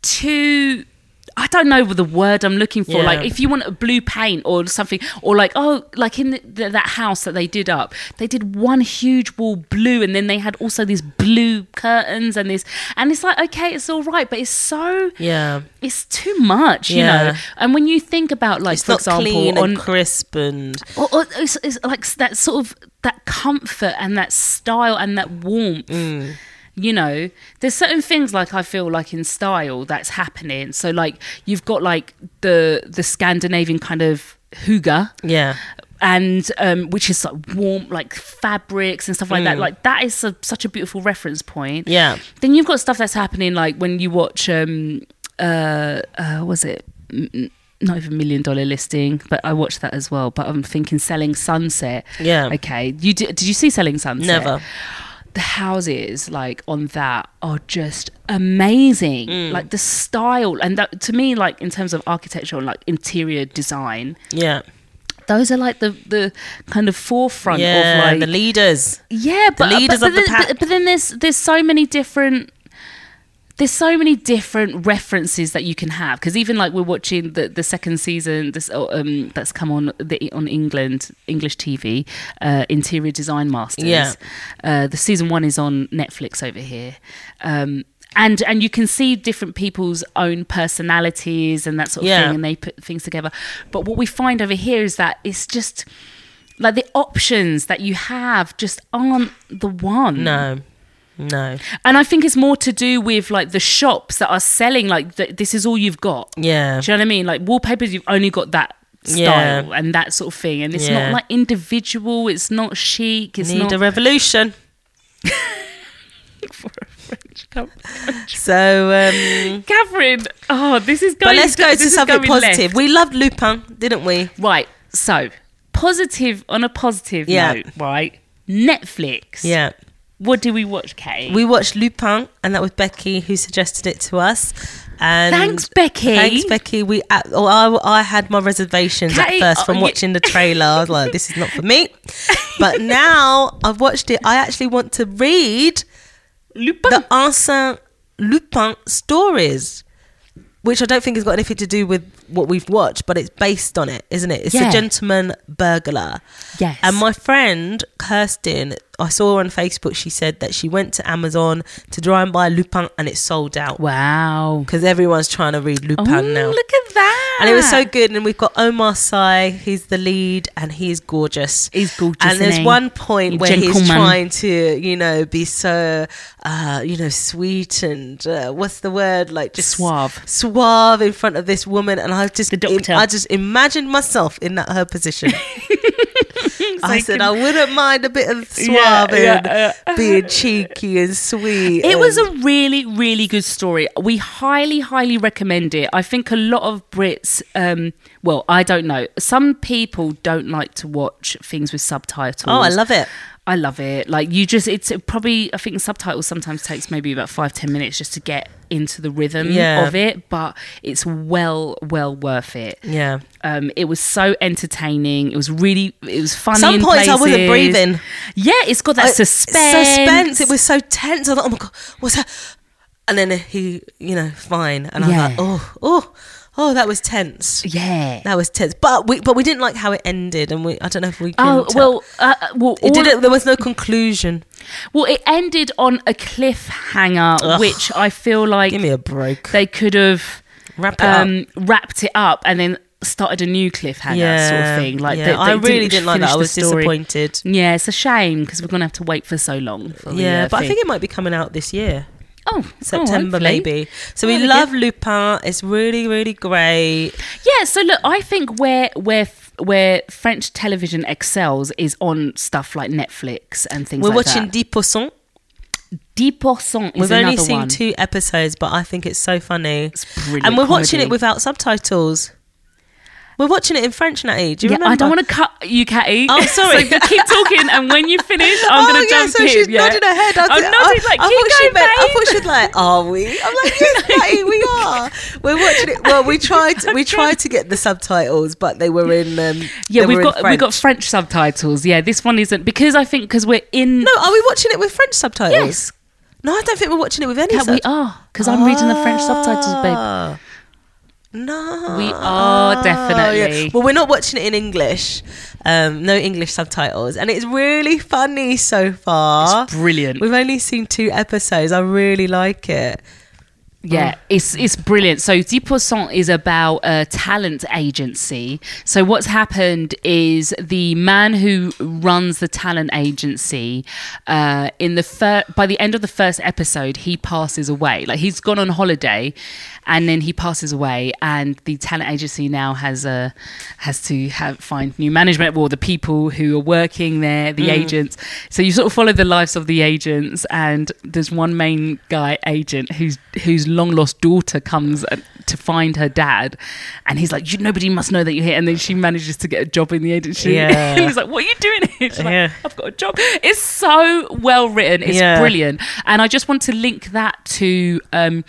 Speaker 1: too. I don't know the word I'm looking for.
Speaker 2: Yeah.
Speaker 1: Like, if you want a blue paint or something, or like, oh, like in the, the, that house that they did up, they did one huge wall blue, and then they had also these blue curtains and this, and it's like, okay, it's all right, but it's so
Speaker 2: yeah
Speaker 1: it's too much, you
Speaker 2: Yeah.
Speaker 1: know. And when you think about, like,
Speaker 2: it's
Speaker 1: for
Speaker 2: not
Speaker 1: example,
Speaker 2: clean
Speaker 1: on
Speaker 2: and crisp and
Speaker 1: or, or it's, it's like s- that sort of that comfort and that style and that warmth.
Speaker 2: Mm.
Speaker 1: You know, there's certain things like I feel like in style that's happening. So like you've got like the the Scandinavian kind of hygge
Speaker 2: yeah
Speaker 1: and um, which is like warm, like fabrics and stuff like
Speaker 2: Mm.
Speaker 1: that. Like that is a, such a beautiful reference point.
Speaker 2: Yeah.
Speaker 1: Then you've got stuff that's happening like when you watch, um, uh, uh, what was it M- m- not even Million Dollar Listing, but I watched that as well. But I'm thinking Selling Sunset.
Speaker 2: Yeah.
Speaker 1: Okay. You did? Did you see Selling Sunset?
Speaker 2: Never.
Speaker 1: The houses like on that are just amazing.
Speaker 2: Mm.
Speaker 1: Like the style and that to me, like in terms of architecture and like interior design,
Speaker 2: yeah
Speaker 1: those are like the the kind of forefront
Speaker 2: yeah
Speaker 1: of like
Speaker 2: the leaders
Speaker 1: yeah but, uh,
Speaker 2: leaders
Speaker 1: but,
Speaker 2: of the
Speaker 1: but, then-
Speaker 2: pack.
Speaker 1: but, but then there's there's so many different there's so many different references that you can have because even like we're watching the, the second season this oh, um, that's come on the on England English TV uh, interior design masters
Speaker 2: Yeah.
Speaker 1: uh, the season one is on Netflix over here um, and and you can see different people's own personalities and that sort of
Speaker 2: Yeah.
Speaker 1: thing and they put things together but what we find over here is that it's just like the options that you have just aren't the one
Speaker 2: no no
Speaker 1: and i think it's more to do with like the shops that are selling like th- this is all you've got
Speaker 2: yeah
Speaker 1: do you know what i mean like wallpapers you've only got that style and that sort of thing and it's
Speaker 2: Yeah.
Speaker 1: not like individual it's not chic it's
Speaker 2: need
Speaker 1: not
Speaker 2: a revolution
Speaker 1: for a French company.
Speaker 2: So, um,
Speaker 1: Catherine, oh, this is going.
Speaker 2: but let's go
Speaker 1: this
Speaker 2: to
Speaker 1: is
Speaker 2: something
Speaker 1: going
Speaker 2: positive.
Speaker 1: left.
Speaker 2: We loved Lupin, didn't we?
Speaker 1: Right. So positive on a positive
Speaker 2: Yeah.
Speaker 1: note. Right. Netflix.
Speaker 2: Yeah.
Speaker 1: What do we watch, Kate?
Speaker 2: We watched Lupin, and that was Becky who suggested it to us. And
Speaker 1: Thanks, Becky.
Speaker 2: Thanks, Becky. We, uh, oh, I, I had my reservations
Speaker 1: Kate,
Speaker 2: at first
Speaker 1: oh,
Speaker 2: from
Speaker 1: you-
Speaker 2: watching the trailer. I was like, this is not for me. But now I've watched it. I actually want to read
Speaker 1: Lupin.
Speaker 2: the ancien Lupin stories, which I don't think has got anything to do with what we've watched, but it's based on it, isn't it? It's
Speaker 1: Yeah.
Speaker 2: a gentleman burglar.
Speaker 1: yes.
Speaker 2: And my friend Kirsten, I saw her on Facebook, she said that she went to Amazon to try and buy Lupin and it sold out
Speaker 1: wow.
Speaker 2: because everyone's trying to read
Speaker 1: Oh,
Speaker 2: Lupin now.
Speaker 1: look at that.
Speaker 2: And it was so good. And we've got Omar Sy, he's the lead, and he is gorgeous.
Speaker 1: He's gorgeous,
Speaker 2: And there's
Speaker 1: isn't he?
Speaker 2: one point
Speaker 1: You
Speaker 2: where he's
Speaker 1: gentleman.
Speaker 2: trying to, you know, be so, uh, you know, sweet and uh, what's the word? Like just
Speaker 1: Suave.
Speaker 2: suave in front of this woman. And I just,
Speaker 1: The doctor.
Speaker 2: I just imagined myself in that her position. I
Speaker 1: like
Speaker 2: said
Speaker 1: him-
Speaker 2: I wouldn't mind a bit of
Speaker 1: Yeah,
Speaker 2: suave and
Speaker 1: yeah, yeah.
Speaker 2: being cheeky and sweet.
Speaker 1: It was
Speaker 2: and-
Speaker 1: a really, really good story. We highly, highly recommend it. I think a lot of Brits, um, well, I don't know. Some people don't like to watch things with subtitles.
Speaker 2: oh, I love it.
Speaker 1: I love it. Like you just, it's probably. I think subtitles sometimes takes maybe about five ten minutes just to get into the rhythm
Speaker 2: Yeah.
Speaker 1: of it, but it's well, well worth it.
Speaker 2: Yeah.
Speaker 1: Um, it was so entertaining. It was really, it was funny.
Speaker 2: Some
Speaker 1: in
Speaker 2: points I wasn't
Speaker 1: places.
Speaker 2: breathing.
Speaker 1: Yeah, it's got that
Speaker 2: I-
Speaker 1: suspense.
Speaker 2: Uh, Suspense. It was so tense. I thought, oh my god, what's that? And then he, you know, fine. And
Speaker 1: Yeah.
Speaker 2: I was like, oh, oh, oh, that was tense.
Speaker 1: yeah.
Speaker 2: That was tense. But we, but we didn't like how it ended. And we, I don't know if we. Can
Speaker 1: Oh
Speaker 2: tell-
Speaker 1: well, uh, well,
Speaker 2: It
Speaker 1: all-
Speaker 2: didn't. There was no conclusion.
Speaker 1: well, it ended on a cliffhanger,
Speaker 2: Ugh.
Speaker 1: which I feel like
Speaker 2: Give me a break.
Speaker 1: they could have
Speaker 2: Wrap it up.
Speaker 1: um, wrapped it up and then started a new cliffhanger sort of thing. Like,
Speaker 2: yeah.
Speaker 1: they, they
Speaker 2: I really didn't, like that.
Speaker 1: finish
Speaker 2: I
Speaker 1: the
Speaker 2: was
Speaker 1: story.
Speaker 2: disappointed.
Speaker 1: Yeah, it's a shame because we're gonna have to wait for so long. For the,
Speaker 2: Yeah,
Speaker 1: uh,
Speaker 2: but I
Speaker 1: thing.
Speaker 2: think it might be coming out this year,
Speaker 1: oh
Speaker 2: September
Speaker 1: oh, hopefully.
Speaker 2: maybe. So
Speaker 1: Yeah,
Speaker 2: we
Speaker 1: they
Speaker 2: love Lupin. It's really, really great.
Speaker 1: Yeah. So look, I think where where f- where French television excels is on stuff like Netflix and things.
Speaker 2: We're
Speaker 1: like
Speaker 2: watching
Speaker 1: that.
Speaker 2: Dix Poissons.
Speaker 1: Dix Pourcent is
Speaker 2: We've only
Speaker 1: another
Speaker 2: seen
Speaker 1: one.
Speaker 2: two episodes, but I think it's so funny.
Speaker 1: It's brilliant
Speaker 2: and we're watching
Speaker 1: comedy.
Speaker 2: it without subtitles. We're watching it in French, Natty. Do you
Speaker 1: yeah,
Speaker 2: remember?
Speaker 1: I don't want to cut you, Catty.
Speaker 2: Oh, sorry.
Speaker 1: so you keep talking, and when you finish, I'm
Speaker 2: oh,
Speaker 1: going to
Speaker 2: yeah,
Speaker 1: jump
Speaker 2: so
Speaker 1: in.
Speaker 2: she's
Speaker 1: yeah.
Speaker 2: nodding her head. I, "Oh,
Speaker 1: I'm nodding like,
Speaker 2: I,
Speaker 1: keep
Speaker 2: thought she
Speaker 1: going,
Speaker 2: meant, I
Speaker 1: babe.
Speaker 2: thought she was like, "Are we?" I'm like, "Yes, Natty, we are. We're watching it." Well, we tried. We tried to get the subtitles, but they were in. Um,
Speaker 1: Yeah,
Speaker 2: they
Speaker 1: we've
Speaker 2: were in
Speaker 1: got we've got
Speaker 2: French.
Speaker 1: French subtitles. Yeah, this one isn't because I think because we're in
Speaker 2: No, are we watching it with French subtitles?
Speaker 1: Yes.
Speaker 2: No, I don't think we're watching it with any.
Speaker 1: that we
Speaker 2: sub-
Speaker 1: are because I'm reading the French subtitles, babe.
Speaker 2: Ah. No. Oh,
Speaker 1: We are definitely.
Speaker 2: Well, we're not watching it in English. Um, no English subtitles. And it's really funny so far.
Speaker 1: It's brilliant.
Speaker 2: We've only seen two episodes. I really like it.
Speaker 1: Yeah, it's it's brilliant. So Dix Pourcent is about a talent agency. So what's happened is the man who runs the talent agency, uh, in the fir- by the end of the first episode, he passes away. Like he's gone on holiday, and then he passes away, and the talent agency now has a has to have find new management or the people who are working there,
Speaker 2: Mm.
Speaker 1: the agents. So you sort of follow the lives of the agents, and there's one main guy agent whose whose long lost daughter comes uh, to find her dad, and he's like, you, "Nobody must know that you're here." And then she manages to get a job in the agency.
Speaker 2: Yeah.
Speaker 1: and he's like, "What are you doing here?" She's like,
Speaker 2: Yeah.
Speaker 1: "I've got a job." It's so well written. It's
Speaker 2: Yeah.
Speaker 1: brilliant, and I just want to link that to. Um,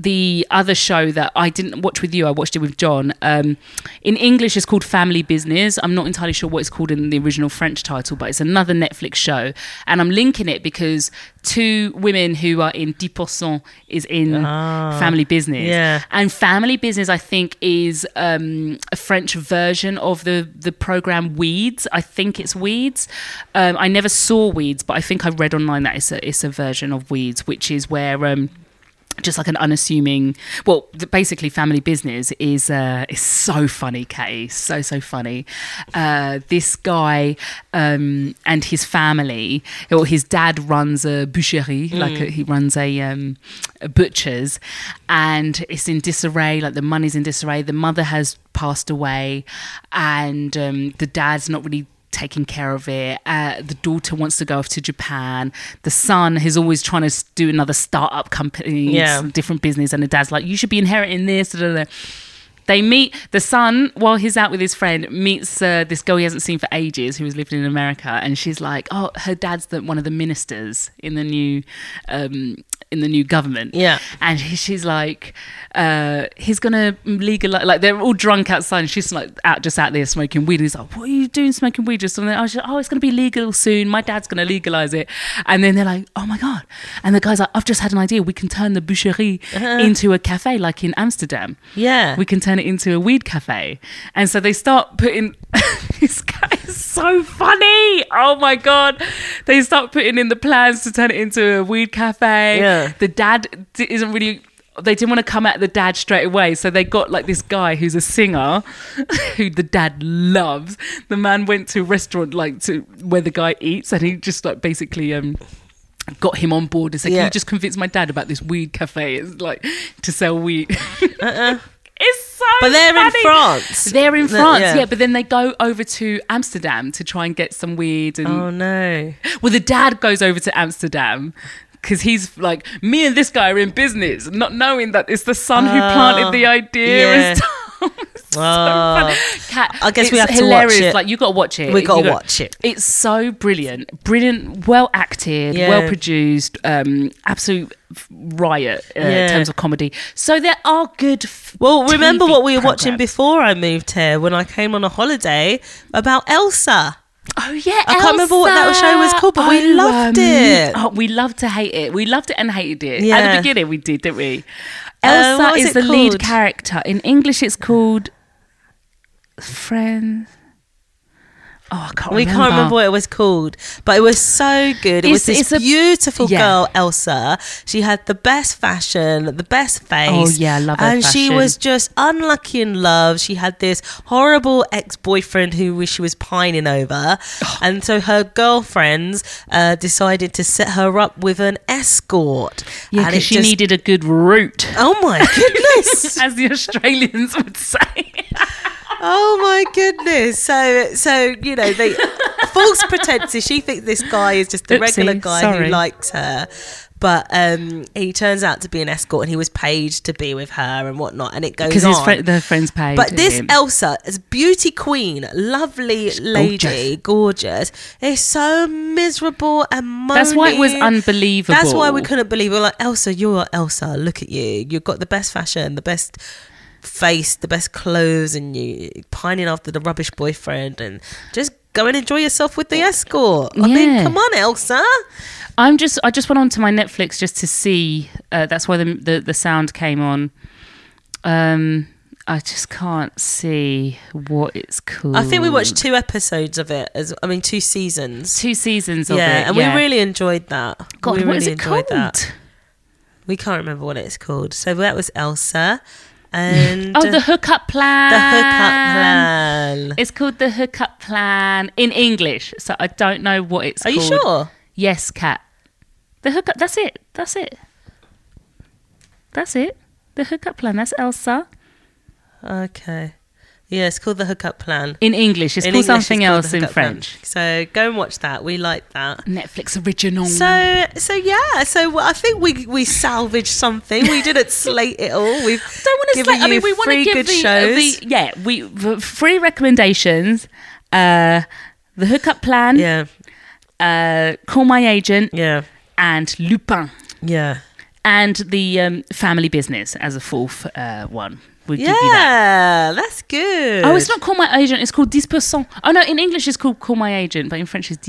Speaker 1: the other show that I didn't watch with you, I watched it with John. Um, in English, it's called Family Business. I'm not entirely sure what it's called in the original French title, but it's another Netflix show. And I'm linking it because two women who are in 10% is in Family Business.
Speaker 2: yeah.
Speaker 1: And Family Business, I think, is um, a French version of the, the program Weeds. I think it's Weeds. Um, I never saw Weeds, but I think I read online that it's a, it's a version of Weeds, which is where. Um, just like an unassuming well th- basically family business is uh is so funny Katie so so funny uh this guy um and his family or his dad runs a boucherie like a, he runs a um a butcher's and it's in disarray like the money's in disarray the mother has passed away and um the dad's not really taking care of it. Uh, the daughter wants to go off to Japan. The son is always trying to s- do another startup company,
Speaker 2: Yeah.
Speaker 1: some different business, and the dad's like, "You should be inheriting this." Da, da, da. They meet the son while he's out with his friend. Meets uh, this girl he hasn't seen for ages, who was living in America, and she's like, "Oh, her dad's the, one of the ministers in the new, um, in the new government."
Speaker 2: Yeah.
Speaker 1: and he- she's like, uh, "He's gonna legal like they're all drunk outside." And she's like out just out there smoking weed. And he's like, "What are you doing smoking weed?" Just something. I was like, "Oh, it's gonna be legal soon. My dad's gonna legalize it." And then they're like, "Oh my god!" And the guy's like, "I've just had an idea. We can turn the boucherie into a cafe, like in Amsterdam."
Speaker 2: Yeah.
Speaker 1: we can turn it into a weed cafe. And so they start putting this guy is so funny. Oh my god. They start putting in the plans to turn it into a weed cafe.
Speaker 2: Yeah.
Speaker 1: The dad d- isn't really they didn't want to come at the dad straight away, so they got like this guy who's a singer, who the dad loves. The man went to a restaurant like to where the guy eats, and he just like basically um got him on board and said, "Can
Speaker 2: Yeah.
Speaker 1: you just convince my dad about this weed cafe? It's like to sell weed." It's so.
Speaker 2: But they're in
Speaker 1: funny.
Speaker 2: France.
Speaker 1: They're in
Speaker 2: The-
Speaker 1: France,
Speaker 2: yeah.
Speaker 1: yeah. But then they go over to Amsterdam to try and get some weed. And
Speaker 2: Oh no.
Speaker 1: well, the dad goes over to Amsterdam. Because he's like, me and this guy are in business, not knowing that it's the son who
Speaker 2: Oh,
Speaker 1: planted the idea.
Speaker 2: yeah.
Speaker 1: And stuff. It's so
Speaker 2: Oh.
Speaker 1: funny. Kat,
Speaker 2: I guess
Speaker 1: it's
Speaker 2: we have to watch
Speaker 1: hilarious.
Speaker 2: it.
Speaker 1: Like you got to watch it.
Speaker 2: We
Speaker 1: You
Speaker 2: gotta
Speaker 1: gotta-
Speaker 2: watch it.
Speaker 1: It's so brilliant, brilliant, well acted,
Speaker 2: Yeah.
Speaker 1: well produced, um, absolute f- riot uh,
Speaker 2: Yeah.
Speaker 1: in terms of comedy. So there are good. F-
Speaker 2: Well, remember
Speaker 1: TV
Speaker 2: what we were watching
Speaker 1: programs.
Speaker 2: before I moved here when I came on a holiday about Elsa.
Speaker 1: Oh yeah,
Speaker 2: I can't remember what that show was called, but we loved it.
Speaker 1: Oh, we loved to hate it. We loved it and hated it. At
Speaker 2: Yeah.
Speaker 1: the beginning, we did, didn't we?
Speaker 2: Uh,
Speaker 1: Elsa
Speaker 2: what was
Speaker 1: is
Speaker 2: it
Speaker 1: the lead
Speaker 2: called?
Speaker 1: character. In English, it's called Friends. Oh, I can't.
Speaker 2: We
Speaker 1: remember.
Speaker 2: can't remember what it was called, but it was so good. It was
Speaker 1: It's- it's
Speaker 2: this
Speaker 1: a-
Speaker 2: beautiful
Speaker 1: yeah.
Speaker 2: girl, Elsa. She had the best fashion, the best face.
Speaker 1: Oh, yeah, I love her
Speaker 2: And she
Speaker 1: fashion.
Speaker 2: was just unlucky in love. She had this horrible ex-boyfriend who she was pining over, and so her girlfriends uh, decided to set her up with an escort.
Speaker 1: Yeah,
Speaker 2: And
Speaker 1: because
Speaker 2: it
Speaker 1: she
Speaker 2: just-
Speaker 1: needed a good root,
Speaker 2: Oh my goodness!
Speaker 1: as the Australians would say.
Speaker 2: Oh my goodness! So so you know they false pretenses. She thinks this guy is just the
Speaker 1: Oopsie,
Speaker 2: regular guy
Speaker 1: sorry.
Speaker 2: who likes her, but um, he turns out to be an escort, and he was paid to be with her and whatnot, and it goes
Speaker 1: Because
Speaker 2: on.
Speaker 1: his friend, the friends paid.
Speaker 2: But this
Speaker 1: him.
Speaker 2: Elsa is a beauty queen, lovely lady, gorgeous. It's so miserable and moaning.
Speaker 1: That's why it was unbelievable.
Speaker 2: That's why we couldn't believe. We're like Elsa, you're Elsa. Look at you. You've got the best fashion, the best face, the best clothes, and you pining after the rubbish boyfriend, and just go and enjoy yourself with the escort. I mean,
Speaker 1: Yeah.
Speaker 2: come on, Elsa.
Speaker 1: I'm just I just went on to my Netflix just to see. Uh, that's why the, the the sound came on. Um, I just can't see what it's called.
Speaker 2: I think we watched two episodes of it. As I mean, two seasons.
Speaker 1: Mm. two seasons
Speaker 2: yeah,
Speaker 1: of it.
Speaker 2: and we really enjoyed that.
Speaker 1: God,
Speaker 2: we
Speaker 1: what
Speaker 2: really
Speaker 1: is it
Speaker 2: enjoyed
Speaker 1: called?
Speaker 2: that. We can't remember what it's called. So that was Elsa, and
Speaker 1: Oh, the hookup plan.
Speaker 2: the hookup plan.
Speaker 1: It's called the hookup plan in English. So I don't know what it's.
Speaker 2: Are you
Speaker 1: called.
Speaker 2: sure?
Speaker 1: Yes, cat. The hookup. That's it. That's it. That's it. The hookup plan. That's Elsa.
Speaker 2: Okay. Yeah, it's called the hookup plan.
Speaker 1: In English, it's
Speaker 2: In
Speaker 1: called
Speaker 2: English, it's
Speaker 1: something
Speaker 2: called
Speaker 1: else
Speaker 2: The
Speaker 1: in
Speaker 2: Hookup Plan.
Speaker 1: French.
Speaker 2: So go and watch that. We like that.
Speaker 1: Netflix original.
Speaker 2: So so yeah. So I think we we salvaged something. We didn't slate it all. We've
Speaker 1: don't want to
Speaker 2: given
Speaker 1: slay. I mean,
Speaker 2: you
Speaker 1: we want to
Speaker 2: three
Speaker 1: give
Speaker 2: good
Speaker 1: the, uh,
Speaker 2: shows.
Speaker 1: the yeah, we v- free recommendations. Uh, the hookup plan.
Speaker 2: yeah
Speaker 1: Uh, call my agent
Speaker 2: yeah
Speaker 1: and Lupin
Speaker 2: yeah
Speaker 1: and the um, family business as a fourth uh, one. We give you that.
Speaker 2: yeah. That's good.
Speaker 1: Oh, it's not call my agent. It's called 10%. Oh no, in English it's called call my agent, but in French it's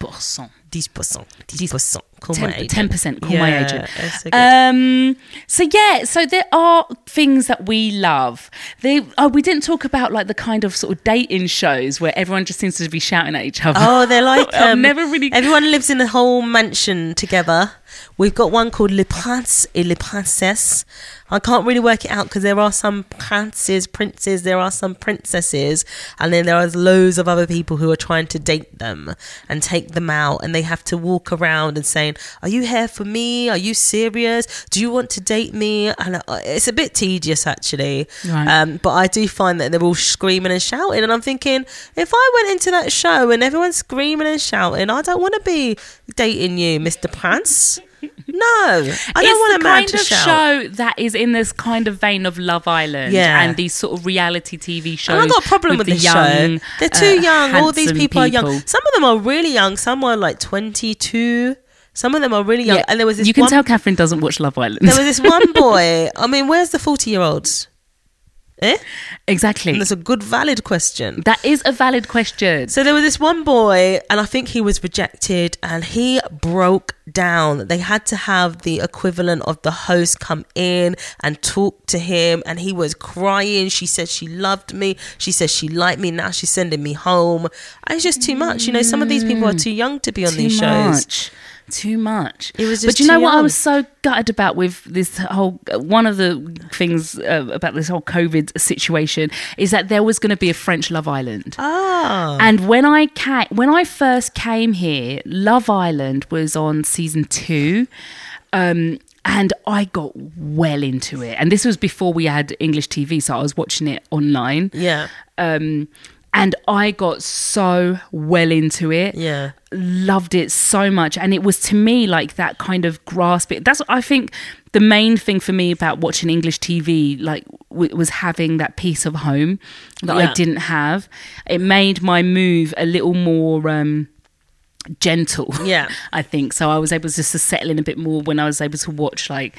Speaker 1: 10%.
Speaker 2: dix percent. Dix percent. Call my agent.
Speaker 1: Ten percent. Call my
Speaker 2: Yeah,
Speaker 1: agent.
Speaker 2: that's so good.
Speaker 1: um. So yeah. So there are things that we love. They. Oh, we didn't talk about like the kind of sort of dating shows where everyone just seems to be shouting at each other.
Speaker 2: Oh, they're like
Speaker 1: I've
Speaker 2: um,
Speaker 1: never really.
Speaker 2: Everyone lives in a whole mansion together, We've got one called Le Prince et Les Princesses. I can't really work it out because there are some princes, princes, there are some princesses, and then there are loads of other people who are trying to date them and take them out, and they have to walk around and saying, "Are you here for me? Are you serious? Do you want to date me?" And uh, it's a bit tedious actually,
Speaker 1: Right.
Speaker 2: um, but I do find that they're all screaming and shouting, and I'm thinking, if I went into that show and everyone's screaming and shouting, I don't want to be dating you, Mister Prince. No, I don't
Speaker 1: it's
Speaker 2: want a
Speaker 1: the
Speaker 2: man
Speaker 1: kind
Speaker 2: to
Speaker 1: of
Speaker 2: shout.
Speaker 1: show that is in this kind of vein of Love Island
Speaker 2: Yeah.
Speaker 1: and these sort of reality TV shows.
Speaker 2: And I've got a problem with,
Speaker 1: the
Speaker 2: this
Speaker 1: young,
Speaker 2: show. They're too
Speaker 1: uh,
Speaker 2: young. All these
Speaker 1: handsome
Speaker 2: people, are young. Some of them are really young. Some are like 22. Some of them are really young.
Speaker 1: Yeah.
Speaker 2: And there was this
Speaker 1: you can
Speaker 2: one,
Speaker 1: tell Catherine doesn't watch Love Island.
Speaker 2: there was this one boy. I mean, where's the 40 year olds? Eh?
Speaker 1: exactly.
Speaker 2: And that's a good, valid question.
Speaker 1: That is a valid question.
Speaker 2: So there was this one boy, and I think he was rejected, and he broke down. They had to have the equivalent of the host come in and talk to him, and he was crying. She said she loved me. She said she liked me. Now she's sending me home. And it's just too much. You know, some of these people are too young to be on
Speaker 1: Mm. too
Speaker 2: these shows.
Speaker 1: much. Too much.
Speaker 2: It was
Speaker 1: but
Speaker 2: just
Speaker 1: you know
Speaker 2: too
Speaker 1: what? I
Speaker 2: young.
Speaker 1: was so gutted about with this whole. One of the things uh, about this whole COVID situation is that there was going to be a French Love Island.
Speaker 2: Ah,
Speaker 1: And when I ca- when I first came here, Love Island was on season two, um, and I got well into it. And this was before we had English TV, so I was watching it online.
Speaker 2: yeah,
Speaker 1: Um, and I got so well into it
Speaker 2: yeah.
Speaker 1: loved it so much and it was to me like that kind of grasp it that's i think the main thing for me about watching english tv like w- was having that peace of home that
Speaker 2: Yeah.
Speaker 1: i didn't have it made my move a little more um gentle
Speaker 2: Yeah.
Speaker 1: i think so i was able just to settle in a bit more when i was able to watch like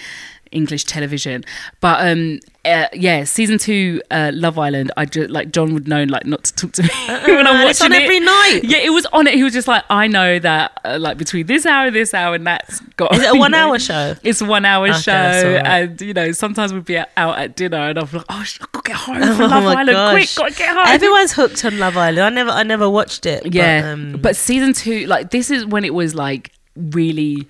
Speaker 1: english television but um uh, yeah season two uh, love island i just like john would know like not to talk to me when i'm
Speaker 2: man,
Speaker 1: watching
Speaker 2: it's on
Speaker 1: it.
Speaker 2: every night.
Speaker 1: Yeah, it was on it. He was just like, I know that, uh, like between this hour and this hour, and that's got.
Speaker 2: Is it a
Speaker 1: you
Speaker 2: one-hour
Speaker 1: know,
Speaker 2: show?
Speaker 1: It's a one-hour
Speaker 2: that's
Speaker 1: show,
Speaker 2: all right.
Speaker 1: and you know, sometimes we'd be out out at dinner, and I'm like, oh, sh- I've got to get home from
Speaker 2: Oh
Speaker 1: Love
Speaker 2: my
Speaker 1: Island, quick,
Speaker 2: gosh.
Speaker 1: got to get home.
Speaker 2: Everyone's hooked on Love Island. I never, I never watched it.
Speaker 1: yeah,
Speaker 2: but, um,
Speaker 1: but season two, like this is when it was like really.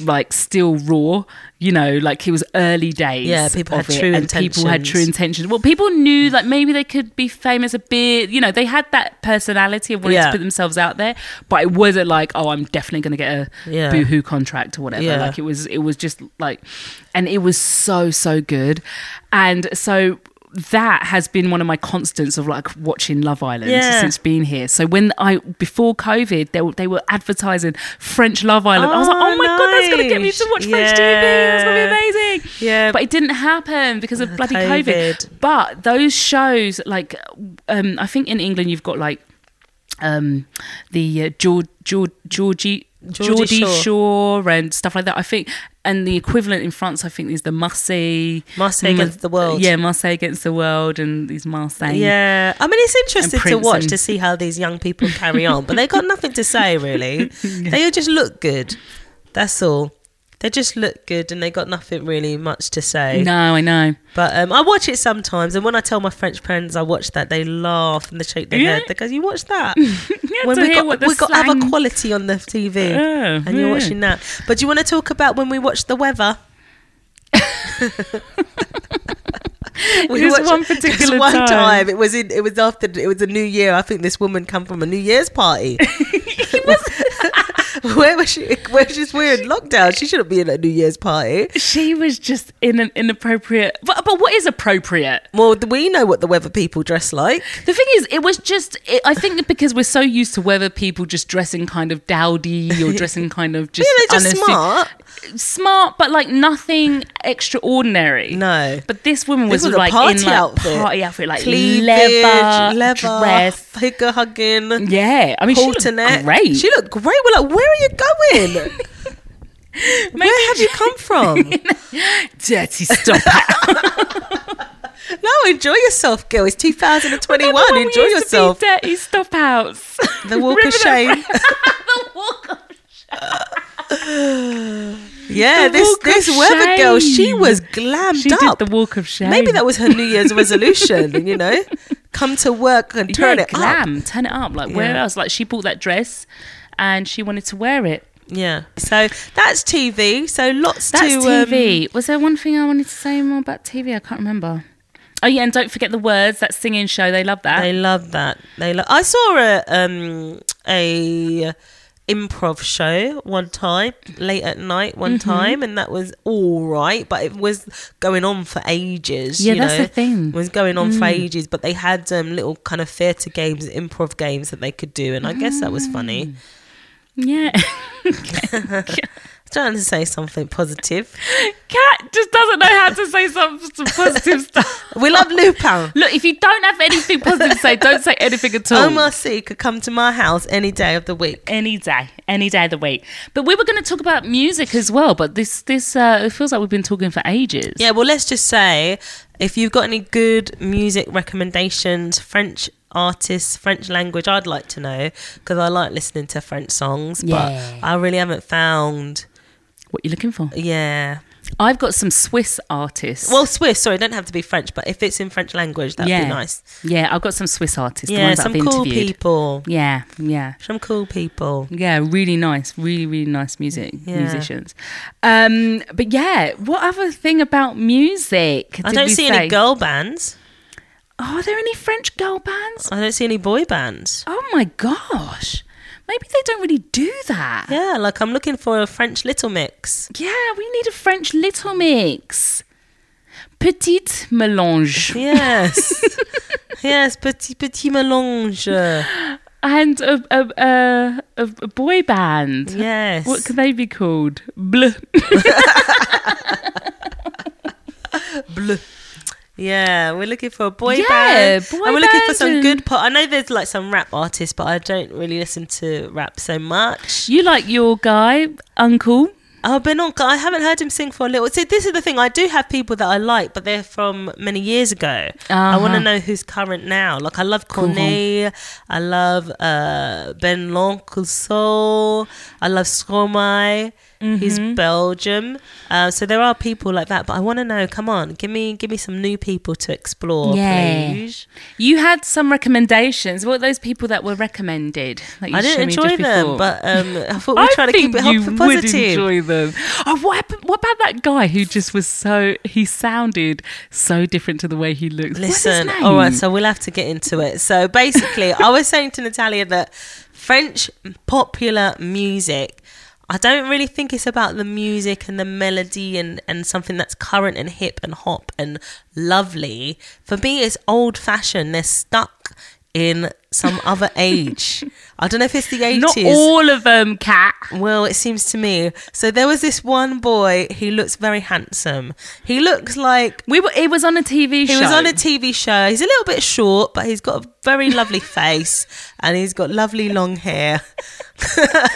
Speaker 1: Like still raw, you know, like it was early days.
Speaker 2: Yeah, people
Speaker 1: of
Speaker 2: had
Speaker 1: it,
Speaker 2: true
Speaker 1: and people had
Speaker 2: intentions.
Speaker 1: true intentions. Well, people knew like maybe they could be famous a bit. You know, they had that personality of wanting
Speaker 2: Yeah.
Speaker 1: to put themselves out there, but it wasn't like, oh, I'm definitely going to get a
Speaker 2: Yeah.
Speaker 1: boohoo contract or whatever.
Speaker 2: Yeah.
Speaker 1: Like it was, it was just like, and it was so so good, and so that has been one of my constants of like watching Love Island
Speaker 2: Yeah.
Speaker 1: since being here. So when I before COVID, they were, they were advertising French Love Island. I was like,
Speaker 2: Oh,
Speaker 1: oh my god, that's going to get me to
Speaker 2: nice.
Speaker 1: watch French TV. That's going to
Speaker 2: Yeah.
Speaker 1: be amazing.
Speaker 2: yeah,
Speaker 1: But it didn't happen because of bloody COVID.
Speaker 2: COVID.
Speaker 1: But those shows, like, um, I think in England you've got like um, the uh, George, George, Georgie.
Speaker 2: Geordie
Speaker 1: Geordie Shore.
Speaker 2: Shore.
Speaker 1: and stuff like that. I think, and the equivalent in France, I think, is the Marseille.
Speaker 2: Marseille Against the World.
Speaker 1: Mm. Yeah, Marseille against the world, and these Marseille.
Speaker 2: Yeah, I mean it's interesting to
Speaker 1: Prince
Speaker 2: watch
Speaker 1: and-
Speaker 2: to see how these young people carry on, but they got nothing to say really. They all just look good. That's all. They just look good, and they got nothing really much to say.
Speaker 1: No, I know.
Speaker 2: But um, I watch it sometimes, and when I tell my French friends I watch that, they laugh and they shake their
Speaker 1: Yeah.
Speaker 2: head. They go, "You watch that?"
Speaker 1: Yeah,
Speaker 2: when
Speaker 1: to
Speaker 2: we
Speaker 1: hear
Speaker 2: got
Speaker 1: what the
Speaker 2: we got other
Speaker 1: slang-
Speaker 2: quality on the TV,
Speaker 1: Yeah,
Speaker 2: and you're
Speaker 1: yeah.
Speaker 2: watching that. But do you want to talk about when we watch the weather? we
Speaker 1: Just
Speaker 2: watched-
Speaker 1: one
Speaker 2: just
Speaker 1: particular
Speaker 2: one
Speaker 1: time.
Speaker 2: It was in, it was after it was a New Year. I think this woman come from a New Year's party. where was she? Where she's wearing lockdown. She shouldn't be in a New Year's party.
Speaker 1: She was just in an inappropriate. But, but what is appropriate?
Speaker 2: Well, we know what the weather people dress like.
Speaker 1: The thing is, it was just. It, I think that because we're so used to whether people just dressing kind of dowdy or dressing kind of just,
Speaker 2: Yeah, they're just
Speaker 1: unassu-
Speaker 2: smart.
Speaker 1: smart, but like nothing extraordinary.
Speaker 2: No.
Speaker 1: But this woman was,
Speaker 2: This was a
Speaker 1: like
Speaker 2: party
Speaker 1: in like
Speaker 2: outfit.
Speaker 1: party outfit, like
Speaker 2: Cleavage,
Speaker 1: leather, dress.
Speaker 2: figure hugging,
Speaker 1: Yeah, I mean, she looked
Speaker 2: Halternet.
Speaker 1: great.
Speaker 2: She looked great. We're like, where are you going? where have you come from?
Speaker 1: dirty stop. it.
Speaker 2: no, enjoy yourself, girl. It's 2021.
Speaker 1: Remember when we
Speaker 2: enjoy
Speaker 1: used to be
Speaker 2: yourself.
Speaker 1: Dirty stop outs.
Speaker 2: The walk of
Speaker 1: Remember that?
Speaker 2: shame.
Speaker 1: the walk of
Speaker 2: Yeah,
Speaker 1: The
Speaker 2: this
Speaker 1: walk of
Speaker 2: this weather girl, she
Speaker 1: shame.
Speaker 2: was glammed
Speaker 1: She
Speaker 2: up.
Speaker 1: did the walk of shame.
Speaker 2: Maybe that was her New Year's resolution. You know, come to work and turn
Speaker 1: yeah,
Speaker 2: it up.
Speaker 1: glam, turn it up. Like where
Speaker 2: Yeah.
Speaker 1: else? Like she bought that dress, and she wanted to wear it.
Speaker 2: Yeah. So that's TV. So lots
Speaker 1: That's
Speaker 2: to um,
Speaker 1: TV. Was there one thing I wanted to say more about TV? I can't remember. Oh yeah, and don't forget the words. That singing show, they love that.
Speaker 2: They love that. They love. I saw a um a improv show one time late at night one
Speaker 1: Mm-hmm.
Speaker 2: time and that was all right but it was going on for ages
Speaker 1: Yeah,
Speaker 2: you
Speaker 1: that's
Speaker 2: know?
Speaker 1: the thing.
Speaker 2: was going on for
Speaker 1: Mm.
Speaker 2: ages but they had um little kind of theater games improv games that they could do and i guess that was funny
Speaker 1: Mm. yeah,
Speaker 2: i trying to say something positive
Speaker 1: Cat just doesn't know how to say some, some positive stuff.
Speaker 2: we love lupin
Speaker 1: Look, if you don't have anything positive to say, don't say anything at all.
Speaker 2: omar c could come to my house any day of the week
Speaker 1: any day, any day of the week. But we were going to talk about music as well. But this, this, uh, it feels like we've been talking for ages.
Speaker 2: Yeah, well, let's just say if you've got any good music recommendations, French artists, French language, I'd like to know because I like listening to French songs,
Speaker 1: Yeah.
Speaker 2: but I really haven't found.
Speaker 1: What you looking for?
Speaker 2: Yeah.
Speaker 1: I've got some Swiss artists.
Speaker 2: Well, Swiss, sorry, it don't have to be French, but if it's in French language, that'd be nice.
Speaker 1: Yeah, I've got some Swiss artists. the
Speaker 2: Yeah,
Speaker 1: ones that
Speaker 2: some
Speaker 1: I've
Speaker 2: cool
Speaker 1: interviewed.
Speaker 2: people.
Speaker 1: Yeah, yeah.
Speaker 2: Some cool people.
Speaker 1: Yeah, really nice, really really nice music
Speaker 2: Yeah.
Speaker 1: musicians. Um, but yeah, what other thing about music?
Speaker 2: I
Speaker 1: did
Speaker 2: don't
Speaker 1: we
Speaker 2: see
Speaker 1: say? Oh,
Speaker 2: any girl bands.
Speaker 1: Are there any French girl bands?
Speaker 2: I don't see any boy bands.
Speaker 1: Oh my gosh, maybe they don't really do that.
Speaker 2: Yeah, like I'm looking for a French little mix.
Speaker 1: Yeah, we need a French Little Mix, Petite Melange,
Speaker 2: Yes. yes, petit petit mélange.
Speaker 1: and a a, a, a, a boy band.
Speaker 2: Yes.
Speaker 1: What could they be called? Blah.
Speaker 2: Yeah, we're looking for a boy
Speaker 1: Yeah,
Speaker 2: band.
Speaker 1: boy
Speaker 2: and we're looking for
Speaker 1: band
Speaker 2: some
Speaker 1: and-
Speaker 2: good pop. I know there's like some rap artists, but I don't really listen to rap so much.
Speaker 1: You like your guy, Uncle?
Speaker 2: Oh, Benonka, I haven't heard him sing for a little. See, this is the thing. I do have people that I like, but they're from many years ago. I want to
Speaker 1: Uh-huh.
Speaker 2: know who's current now. Like, I love Corneille. I love uh, Ben Soul. I love Stromae. He's
Speaker 1: Mm-hmm.
Speaker 2: Belgium. Uh, so there are people like that, but I want to know. Come on, give me give me some new people to explore,
Speaker 1: Yeah.
Speaker 2: please.
Speaker 1: You had some recommendations. What were those people that were recommended? That you
Speaker 2: I didn't
Speaker 1: showed me
Speaker 2: enjoy
Speaker 1: just
Speaker 2: them,
Speaker 1: before?
Speaker 2: but um, I thought we
Speaker 1: I
Speaker 2: were trying to keep
Speaker 1: think
Speaker 2: it
Speaker 1: you
Speaker 2: up
Speaker 1: would
Speaker 2: positive.
Speaker 1: enjoy them. Oh, what happened? What about that guy who just was so? He sounded so different to the way he looked. What's his
Speaker 2: Listen, all right,
Speaker 1: name?
Speaker 2: so we'll have to get into it. So basically, I was saying to Natalia that French popular music, I don't really think it's about the music and the melody and, and something that's current and hip and hop and lovely. For me, it's old fashioned. They're stuck in some other age. I don't know if it's the 80s.
Speaker 1: not all of them, cat.
Speaker 2: Well, it seems to me. So there was this one boy. He looks very handsome. He looks like
Speaker 1: We were. It was on a TV
Speaker 2: he
Speaker 1: show.
Speaker 2: was on a TV show. He's a little bit short, but he's got a very lovely face and he's got lovely long hair. Can't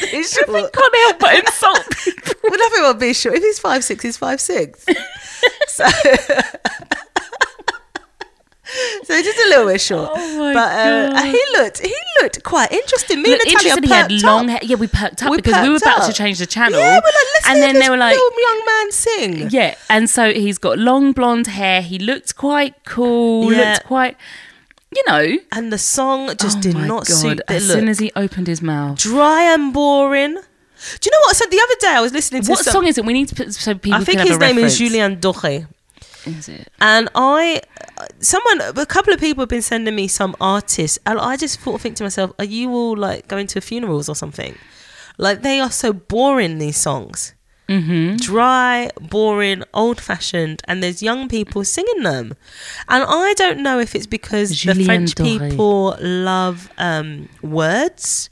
Speaker 2: be
Speaker 1: I
Speaker 2: short.
Speaker 1: can't help but insult. people.
Speaker 2: We'll have everyone be short. If he's five six, he's five six. so, so just a little bit short.
Speaker 1: Oh my
Speaker 2: but uh,
Speaker 1: God.
Speaker 2: he looked he looked quite interesting. Me
Speaker 1: Look,
Speaker 2: and Natalia
Speaker 1: interested, he had
Speaker 2: perked
Speaker 1: long
Speaker 2: up.
Speaker 1: hair. Yeah, we perked up
Speaker 2: We
Speaker 1: because we were
Speaker 2: perked
Speaker 1: about to
Speaker 2: up.
Speaker 1: change the channel.
Speaker 2: Yeah, we're like,
Speaker 1: and then
Speaker 2: this
Speaker 1: they were like,
Speaker 2: little young man sing.
Speaker 1: Yeah, and so he's got long blonde hair. He looked quite cool.
Speaker 2: Yeah.
Speaker 1: Looked quite, you know.
Speaker 2: And the song just
Speaker 1: Oh
Speaker 2: did
Speaker 1: my
Speaker 2: not
Speaker 1: God,
Speaker 2: suit the
Speaker 1: As
Speaker 2: look.
Speaker 1: soon as he opened his mouth,
Speaker 2: Dry and boring. Do you know what I said the other day? I was listening to
Speaker 1: what
Speaker 2: some-
Speaker 1: song is it? We need to put so people.
Speaker 2: I think
Speaker 1: can
Speaker 2: his
Speaker 1: have a
Speaker 2: name
Speaker 1: reference.
Speaker 2: is Julian Doré.
Speaker 1: Is it?
Speaker 2: And I, uh, someone, a couple of people have been sending me some artists, and I just thought, think to myself, are you all like going to funerals or something? Like they are so boring. These songs, mm-hmm. dry, boring, old-fashioned, and there's young people singing them, and I don't know if it's because the
Speaker 1: Julien
Speaker 2: French
Speaker 1: Doré.
Speaker 2: people love um, words.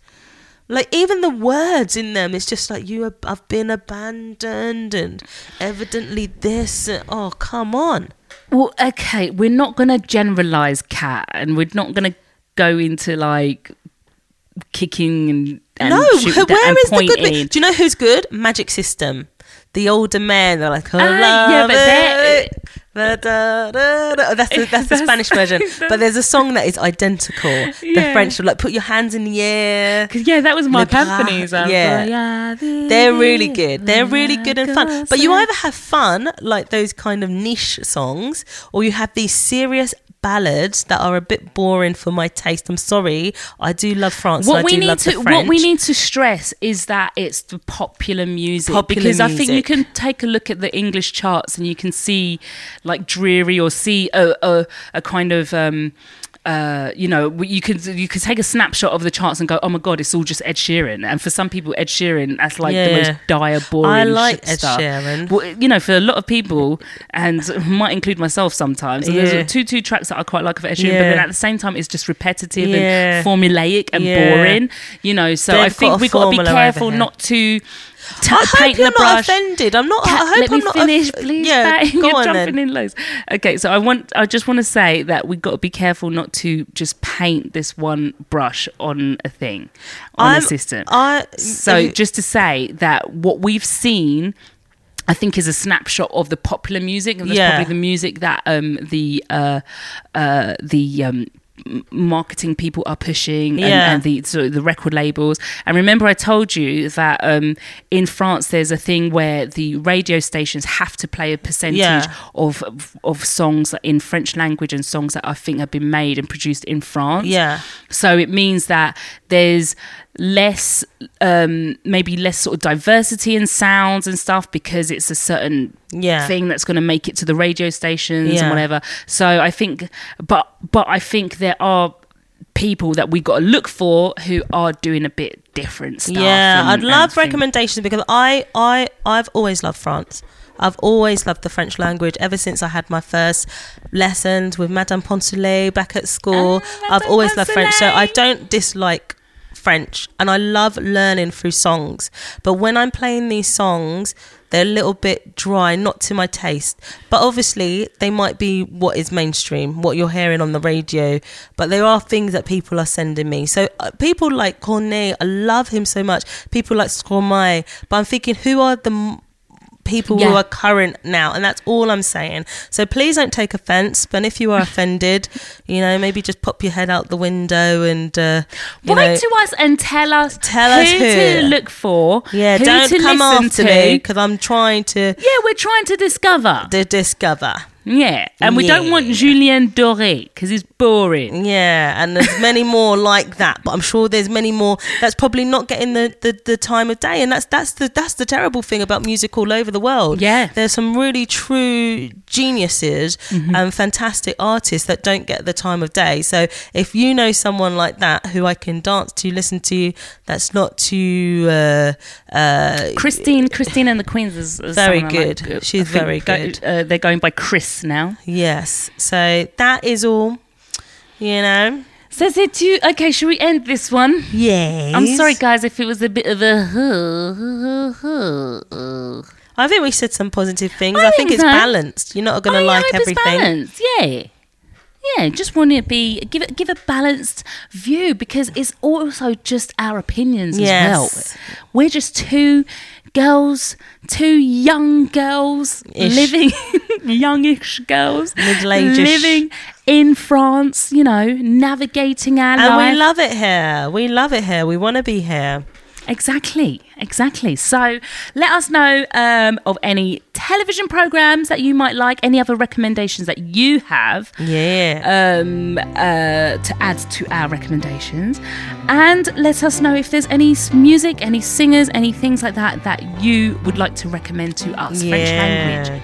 Speaker 2: Like even the words in them, it's just like you. Have, I've been abandoned, and evidently this. And, oh come on!
Speaker 1: Well, okay, we're not going to generalize cat, and we're not going to go into like kicking and, and
Speaker 2: no,
Speaker 1: shoot,
Speaker 2: where
Speaker 1: and
Speaker 2: is the
Speaker 1: pointing.
Speaker 2: good? bit? Do you know who's good? Magic System. The older men, they're like, oh,
Speaker 1: Ah, yeah,
Speaker 2: love
Speaker 1: but that-
Speaker 2: it. Da, da, da, da. That's the, that's the
Speaker 1: That's-
Speaker 2: Spanish version. But
Speaker 1: that's-
Speaker 2: there's a song that is identical. The
Speaker 1: Yeah.
Speaker 2: French are like, put your hands in the air.
Speaker 1: 'Cause, yeah, that was Mark
Speaker 2: Le bras,
Speaker 1: Anthony's. um,
Speaker 2: yeah. They're really good. They're really good and fun. But you
Speaker 1: Girls,
Speaker 2: either have fun, like those kind of niche songs, or you have these serious ballads that are a bit boring for my taste. I'm sorry. I do love France. and
Speaker 1: What
Speaker 2: I
Speaker 1: we
Speaker 2: do
Speaker 1: need
Speaker 2: love the
Speaker 1: to what we
Speaker 2: French.
Speaker 1: need to stress is that it's the popular music
Speaker 2: Popular
Speaker 1: because I think you
Speaker 2: music.
Speaker 1: can take a look at the English charts and you can see like dreary or see a a, a kind of um, uh, you know you could you could take a snapshot of the charts and go oh my god it's all just Ed Sheeran and for some people Ed Sheeran that's like the most
Speaker 2: Yeah.
Speaker 1: dire boring
Speaker 2: I like
Speaker 1: shit
Speaker 2: Ed
Speaker 1: stuff.
Speaker 2: Sheeran.
Speaker 1: well, you know for a lot of people and might include myself sometimes and
Speaker 2: Yeah.
Speaker 1: there's two two tracks that I quite like of Ed Sheeran but
Speaker 2: Yeah.
Speaker 1: then at the same time it's just repetitive
Speaker 2: Yeah.
Speaker 1: and formulaic and
Speaker 2: Yeah.
Speaker 1: boring you know so
Speaker 2: They've
Speaker 1: I think
Speaker 2: got a
Speaker 1: we've got to be
Speaker 2: formula
Speaker 1: careful
Speaker 2: over here.
Speaker 1: not to t-
Speaker 2: I hope
Speaker 1: paint
Speaker 2: you're
Speaker 1: the
Speaker 2: not
Speaker 1: brush.
Speaker 2: offended. I'm not. I
Speaker 1: Kat,
Speaker 2: hope
Speaker 1: let
Speaker 2: I'm
Speaker 1: me
Speaker 2: not
Speaker 1: finish,
Speaker 2: off-
Speaker 1: please.
Speaker 2: Yeah,
Speaker 1: Fatty.
Speaker 2: go
Speaker 1: you're
Speaker 2: on
Speaker 1: jumping
Speaker 2: then.
Speaker 1: in loads. Okay, so I want. I just want to say that we've got to be careful not to just paint this one brush on a thing, on
Speaker 2: I'm-
Speaker 1: a system.
Speaker 2: I
Speaker 1: so just to say that what we've seen. I think is a snapshot of the popular music, and that's
Speaker 2: Yeah.
Speaker 1: probably the music that um, the uh, uh, the um, m- marketing people are pushing,
Speaker 2: Yeah.
Speaker 1: and, and the the so the record labels. And remember, I told you that um, in France there's a thing where the radio stations have to play a percentage
Speaker 2: Yeah.
Speaker 1: of of songs in French language and songs that I think have been made and produced in France.
Speaker 2: Yeah.
Speaker 1: So it means that there's less, um, maybe less sort of diversity in sounds and stuff because it's a certain
Speaker 2: Yeah.
Speaker 1: thing that's going to make it to the radio stations
Speaker 2: Yeah.
Speaker 1: and whatever. So I think, but but I think there are people that we got to look for who are doing a bit different stuff.
Speaker 2: Yeah,
Speaker 1: and-
Speaker 2: I'd
Speaker 1: and
Speaker 2: love
Speaker 1: things.
Speaker 2: recommendations because I, I, I've always loved France. I've always loved the French language ever since I had my first lessons with Madame Poncelet back at school. I've always loved French, so I don't dislike French, and I love learning through songs. But when I'm playing these songs, they're a little bit dry, not to my taste. But obviously, they might be what is mainstream, what you're hearing on the radio. But there are things that people are sending me. So uh, people like Cornet, I love him so much. People like Scormai. But I'm thinking, who are the m- people who
Speaker 1: Yeah.
Speaker 2: are current now? And that's all I'm saying. So please don't take offense. But if you are offended, you know, maybe just pop your head out the window and, uh, you know,
Speaker 1: Write to us and tell us
Speaker 2: Tell us
Speaker 1: who,
Speaker 2: who.
Speaker 1: to look for.
Speaker 2: yeah,
Speaker 1: who
Speaker 2: don't
Speaker 1: to
Speaker 2: come
Speaker 1: listen
Speaker 2: after
Speaker 1: to.
Speaker 2: me because I'm trying to
Speaker 1: Yeah, we're trying to discover.
Speaker 2: to discover.
Speaker 1: Yeah, and we don't want
Speaker 2: Yeah.
Speaker 1: Julien Doré because he's boring.
Speaker 2: Yeah, and there's many more like that, but I'm sure there's many more that's probably not getting the, the, the time of day, and that's that's the that's the terrible thing about music all over the world.
Speaker 1: Yeah.
Speaker 2: there's some really true geniuses and fantastic artists that don't get the time of day. So if you know someone like that who I can dance to, listen to, that's not too uh, uh,
Speaker 1: Christine, Christine and the Queens is, is
Speaker 2: Very
Speaker 1: someone I like.
Speaker 2: good.
Speaker 1: Uh,
Speaker 2: She's
Speaker 1: I think
Speaker 2: very
Speaker 1: go-
Speaker 2: good.
Speaker 1: uh, they're going by Chris now.
Speaker 2: yes. So that is all. You know.
Speaker 1: So c'est you. Okay, should we end this one?
Speaker 2: Yes.
Speaker 1: I'm sorry, guys, if it was a bit of a.
Speaker 2: I think we said some positive things. I,
Speaker 1: I
Speaker 2: think
Speaker 1: think
Speaker 2: it's
Speaker 1: so.
Speaker 2: balanced. You're not going to
Speaker 1: Oh, I
Speaker 2: like
Speaker 1: hope it's
Speaker 2: everything.
Speaker 1: balanced. Yeah. Yeah, just want to be give it give a balanced view because it's also just our opinions
Speaker 2: Yes.
Speaker 1: as well. We're just two girls, two young girls
Speaker 2: Ish.
Speaker 1: living, youngish girls
Speaker 2: Middle-aged-ish.
Speaker 1: living in France. You know, navigating our
Speaker 2: And
Speaker 1: life.
Speaker 2: we love it here. We love it here. We want to be here.
Speaker 1: Exactly, exactly. So let us know um, of any television programs that you might like, any other recommendations that you have
Speaker 2: Yeah.
Speaker 1: um, uh, to add to our recommendations. And let us know if there's any s- music, any singers, any things like that that you would like to recommend to us, French language.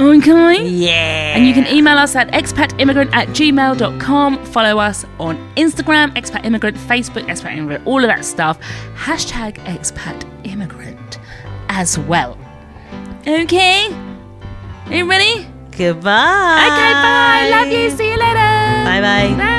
Speaker 1: Oh, Okay?
Speaker 2: Yeah.
Speaker 1: And you can e- email us at expatimmigrant at gmail.com. Follow us on Instagram, expat immigrant, Facebook, expat immigrant, all of that stuff. Hashtag expat immigrant as well. Okay? Are you ready?
Speaker 2: Goodbye.
Speaker 1: Okay, bye. Love you. See you later.
Speaker 2: Bye-bye.
Speaker 1: Bye.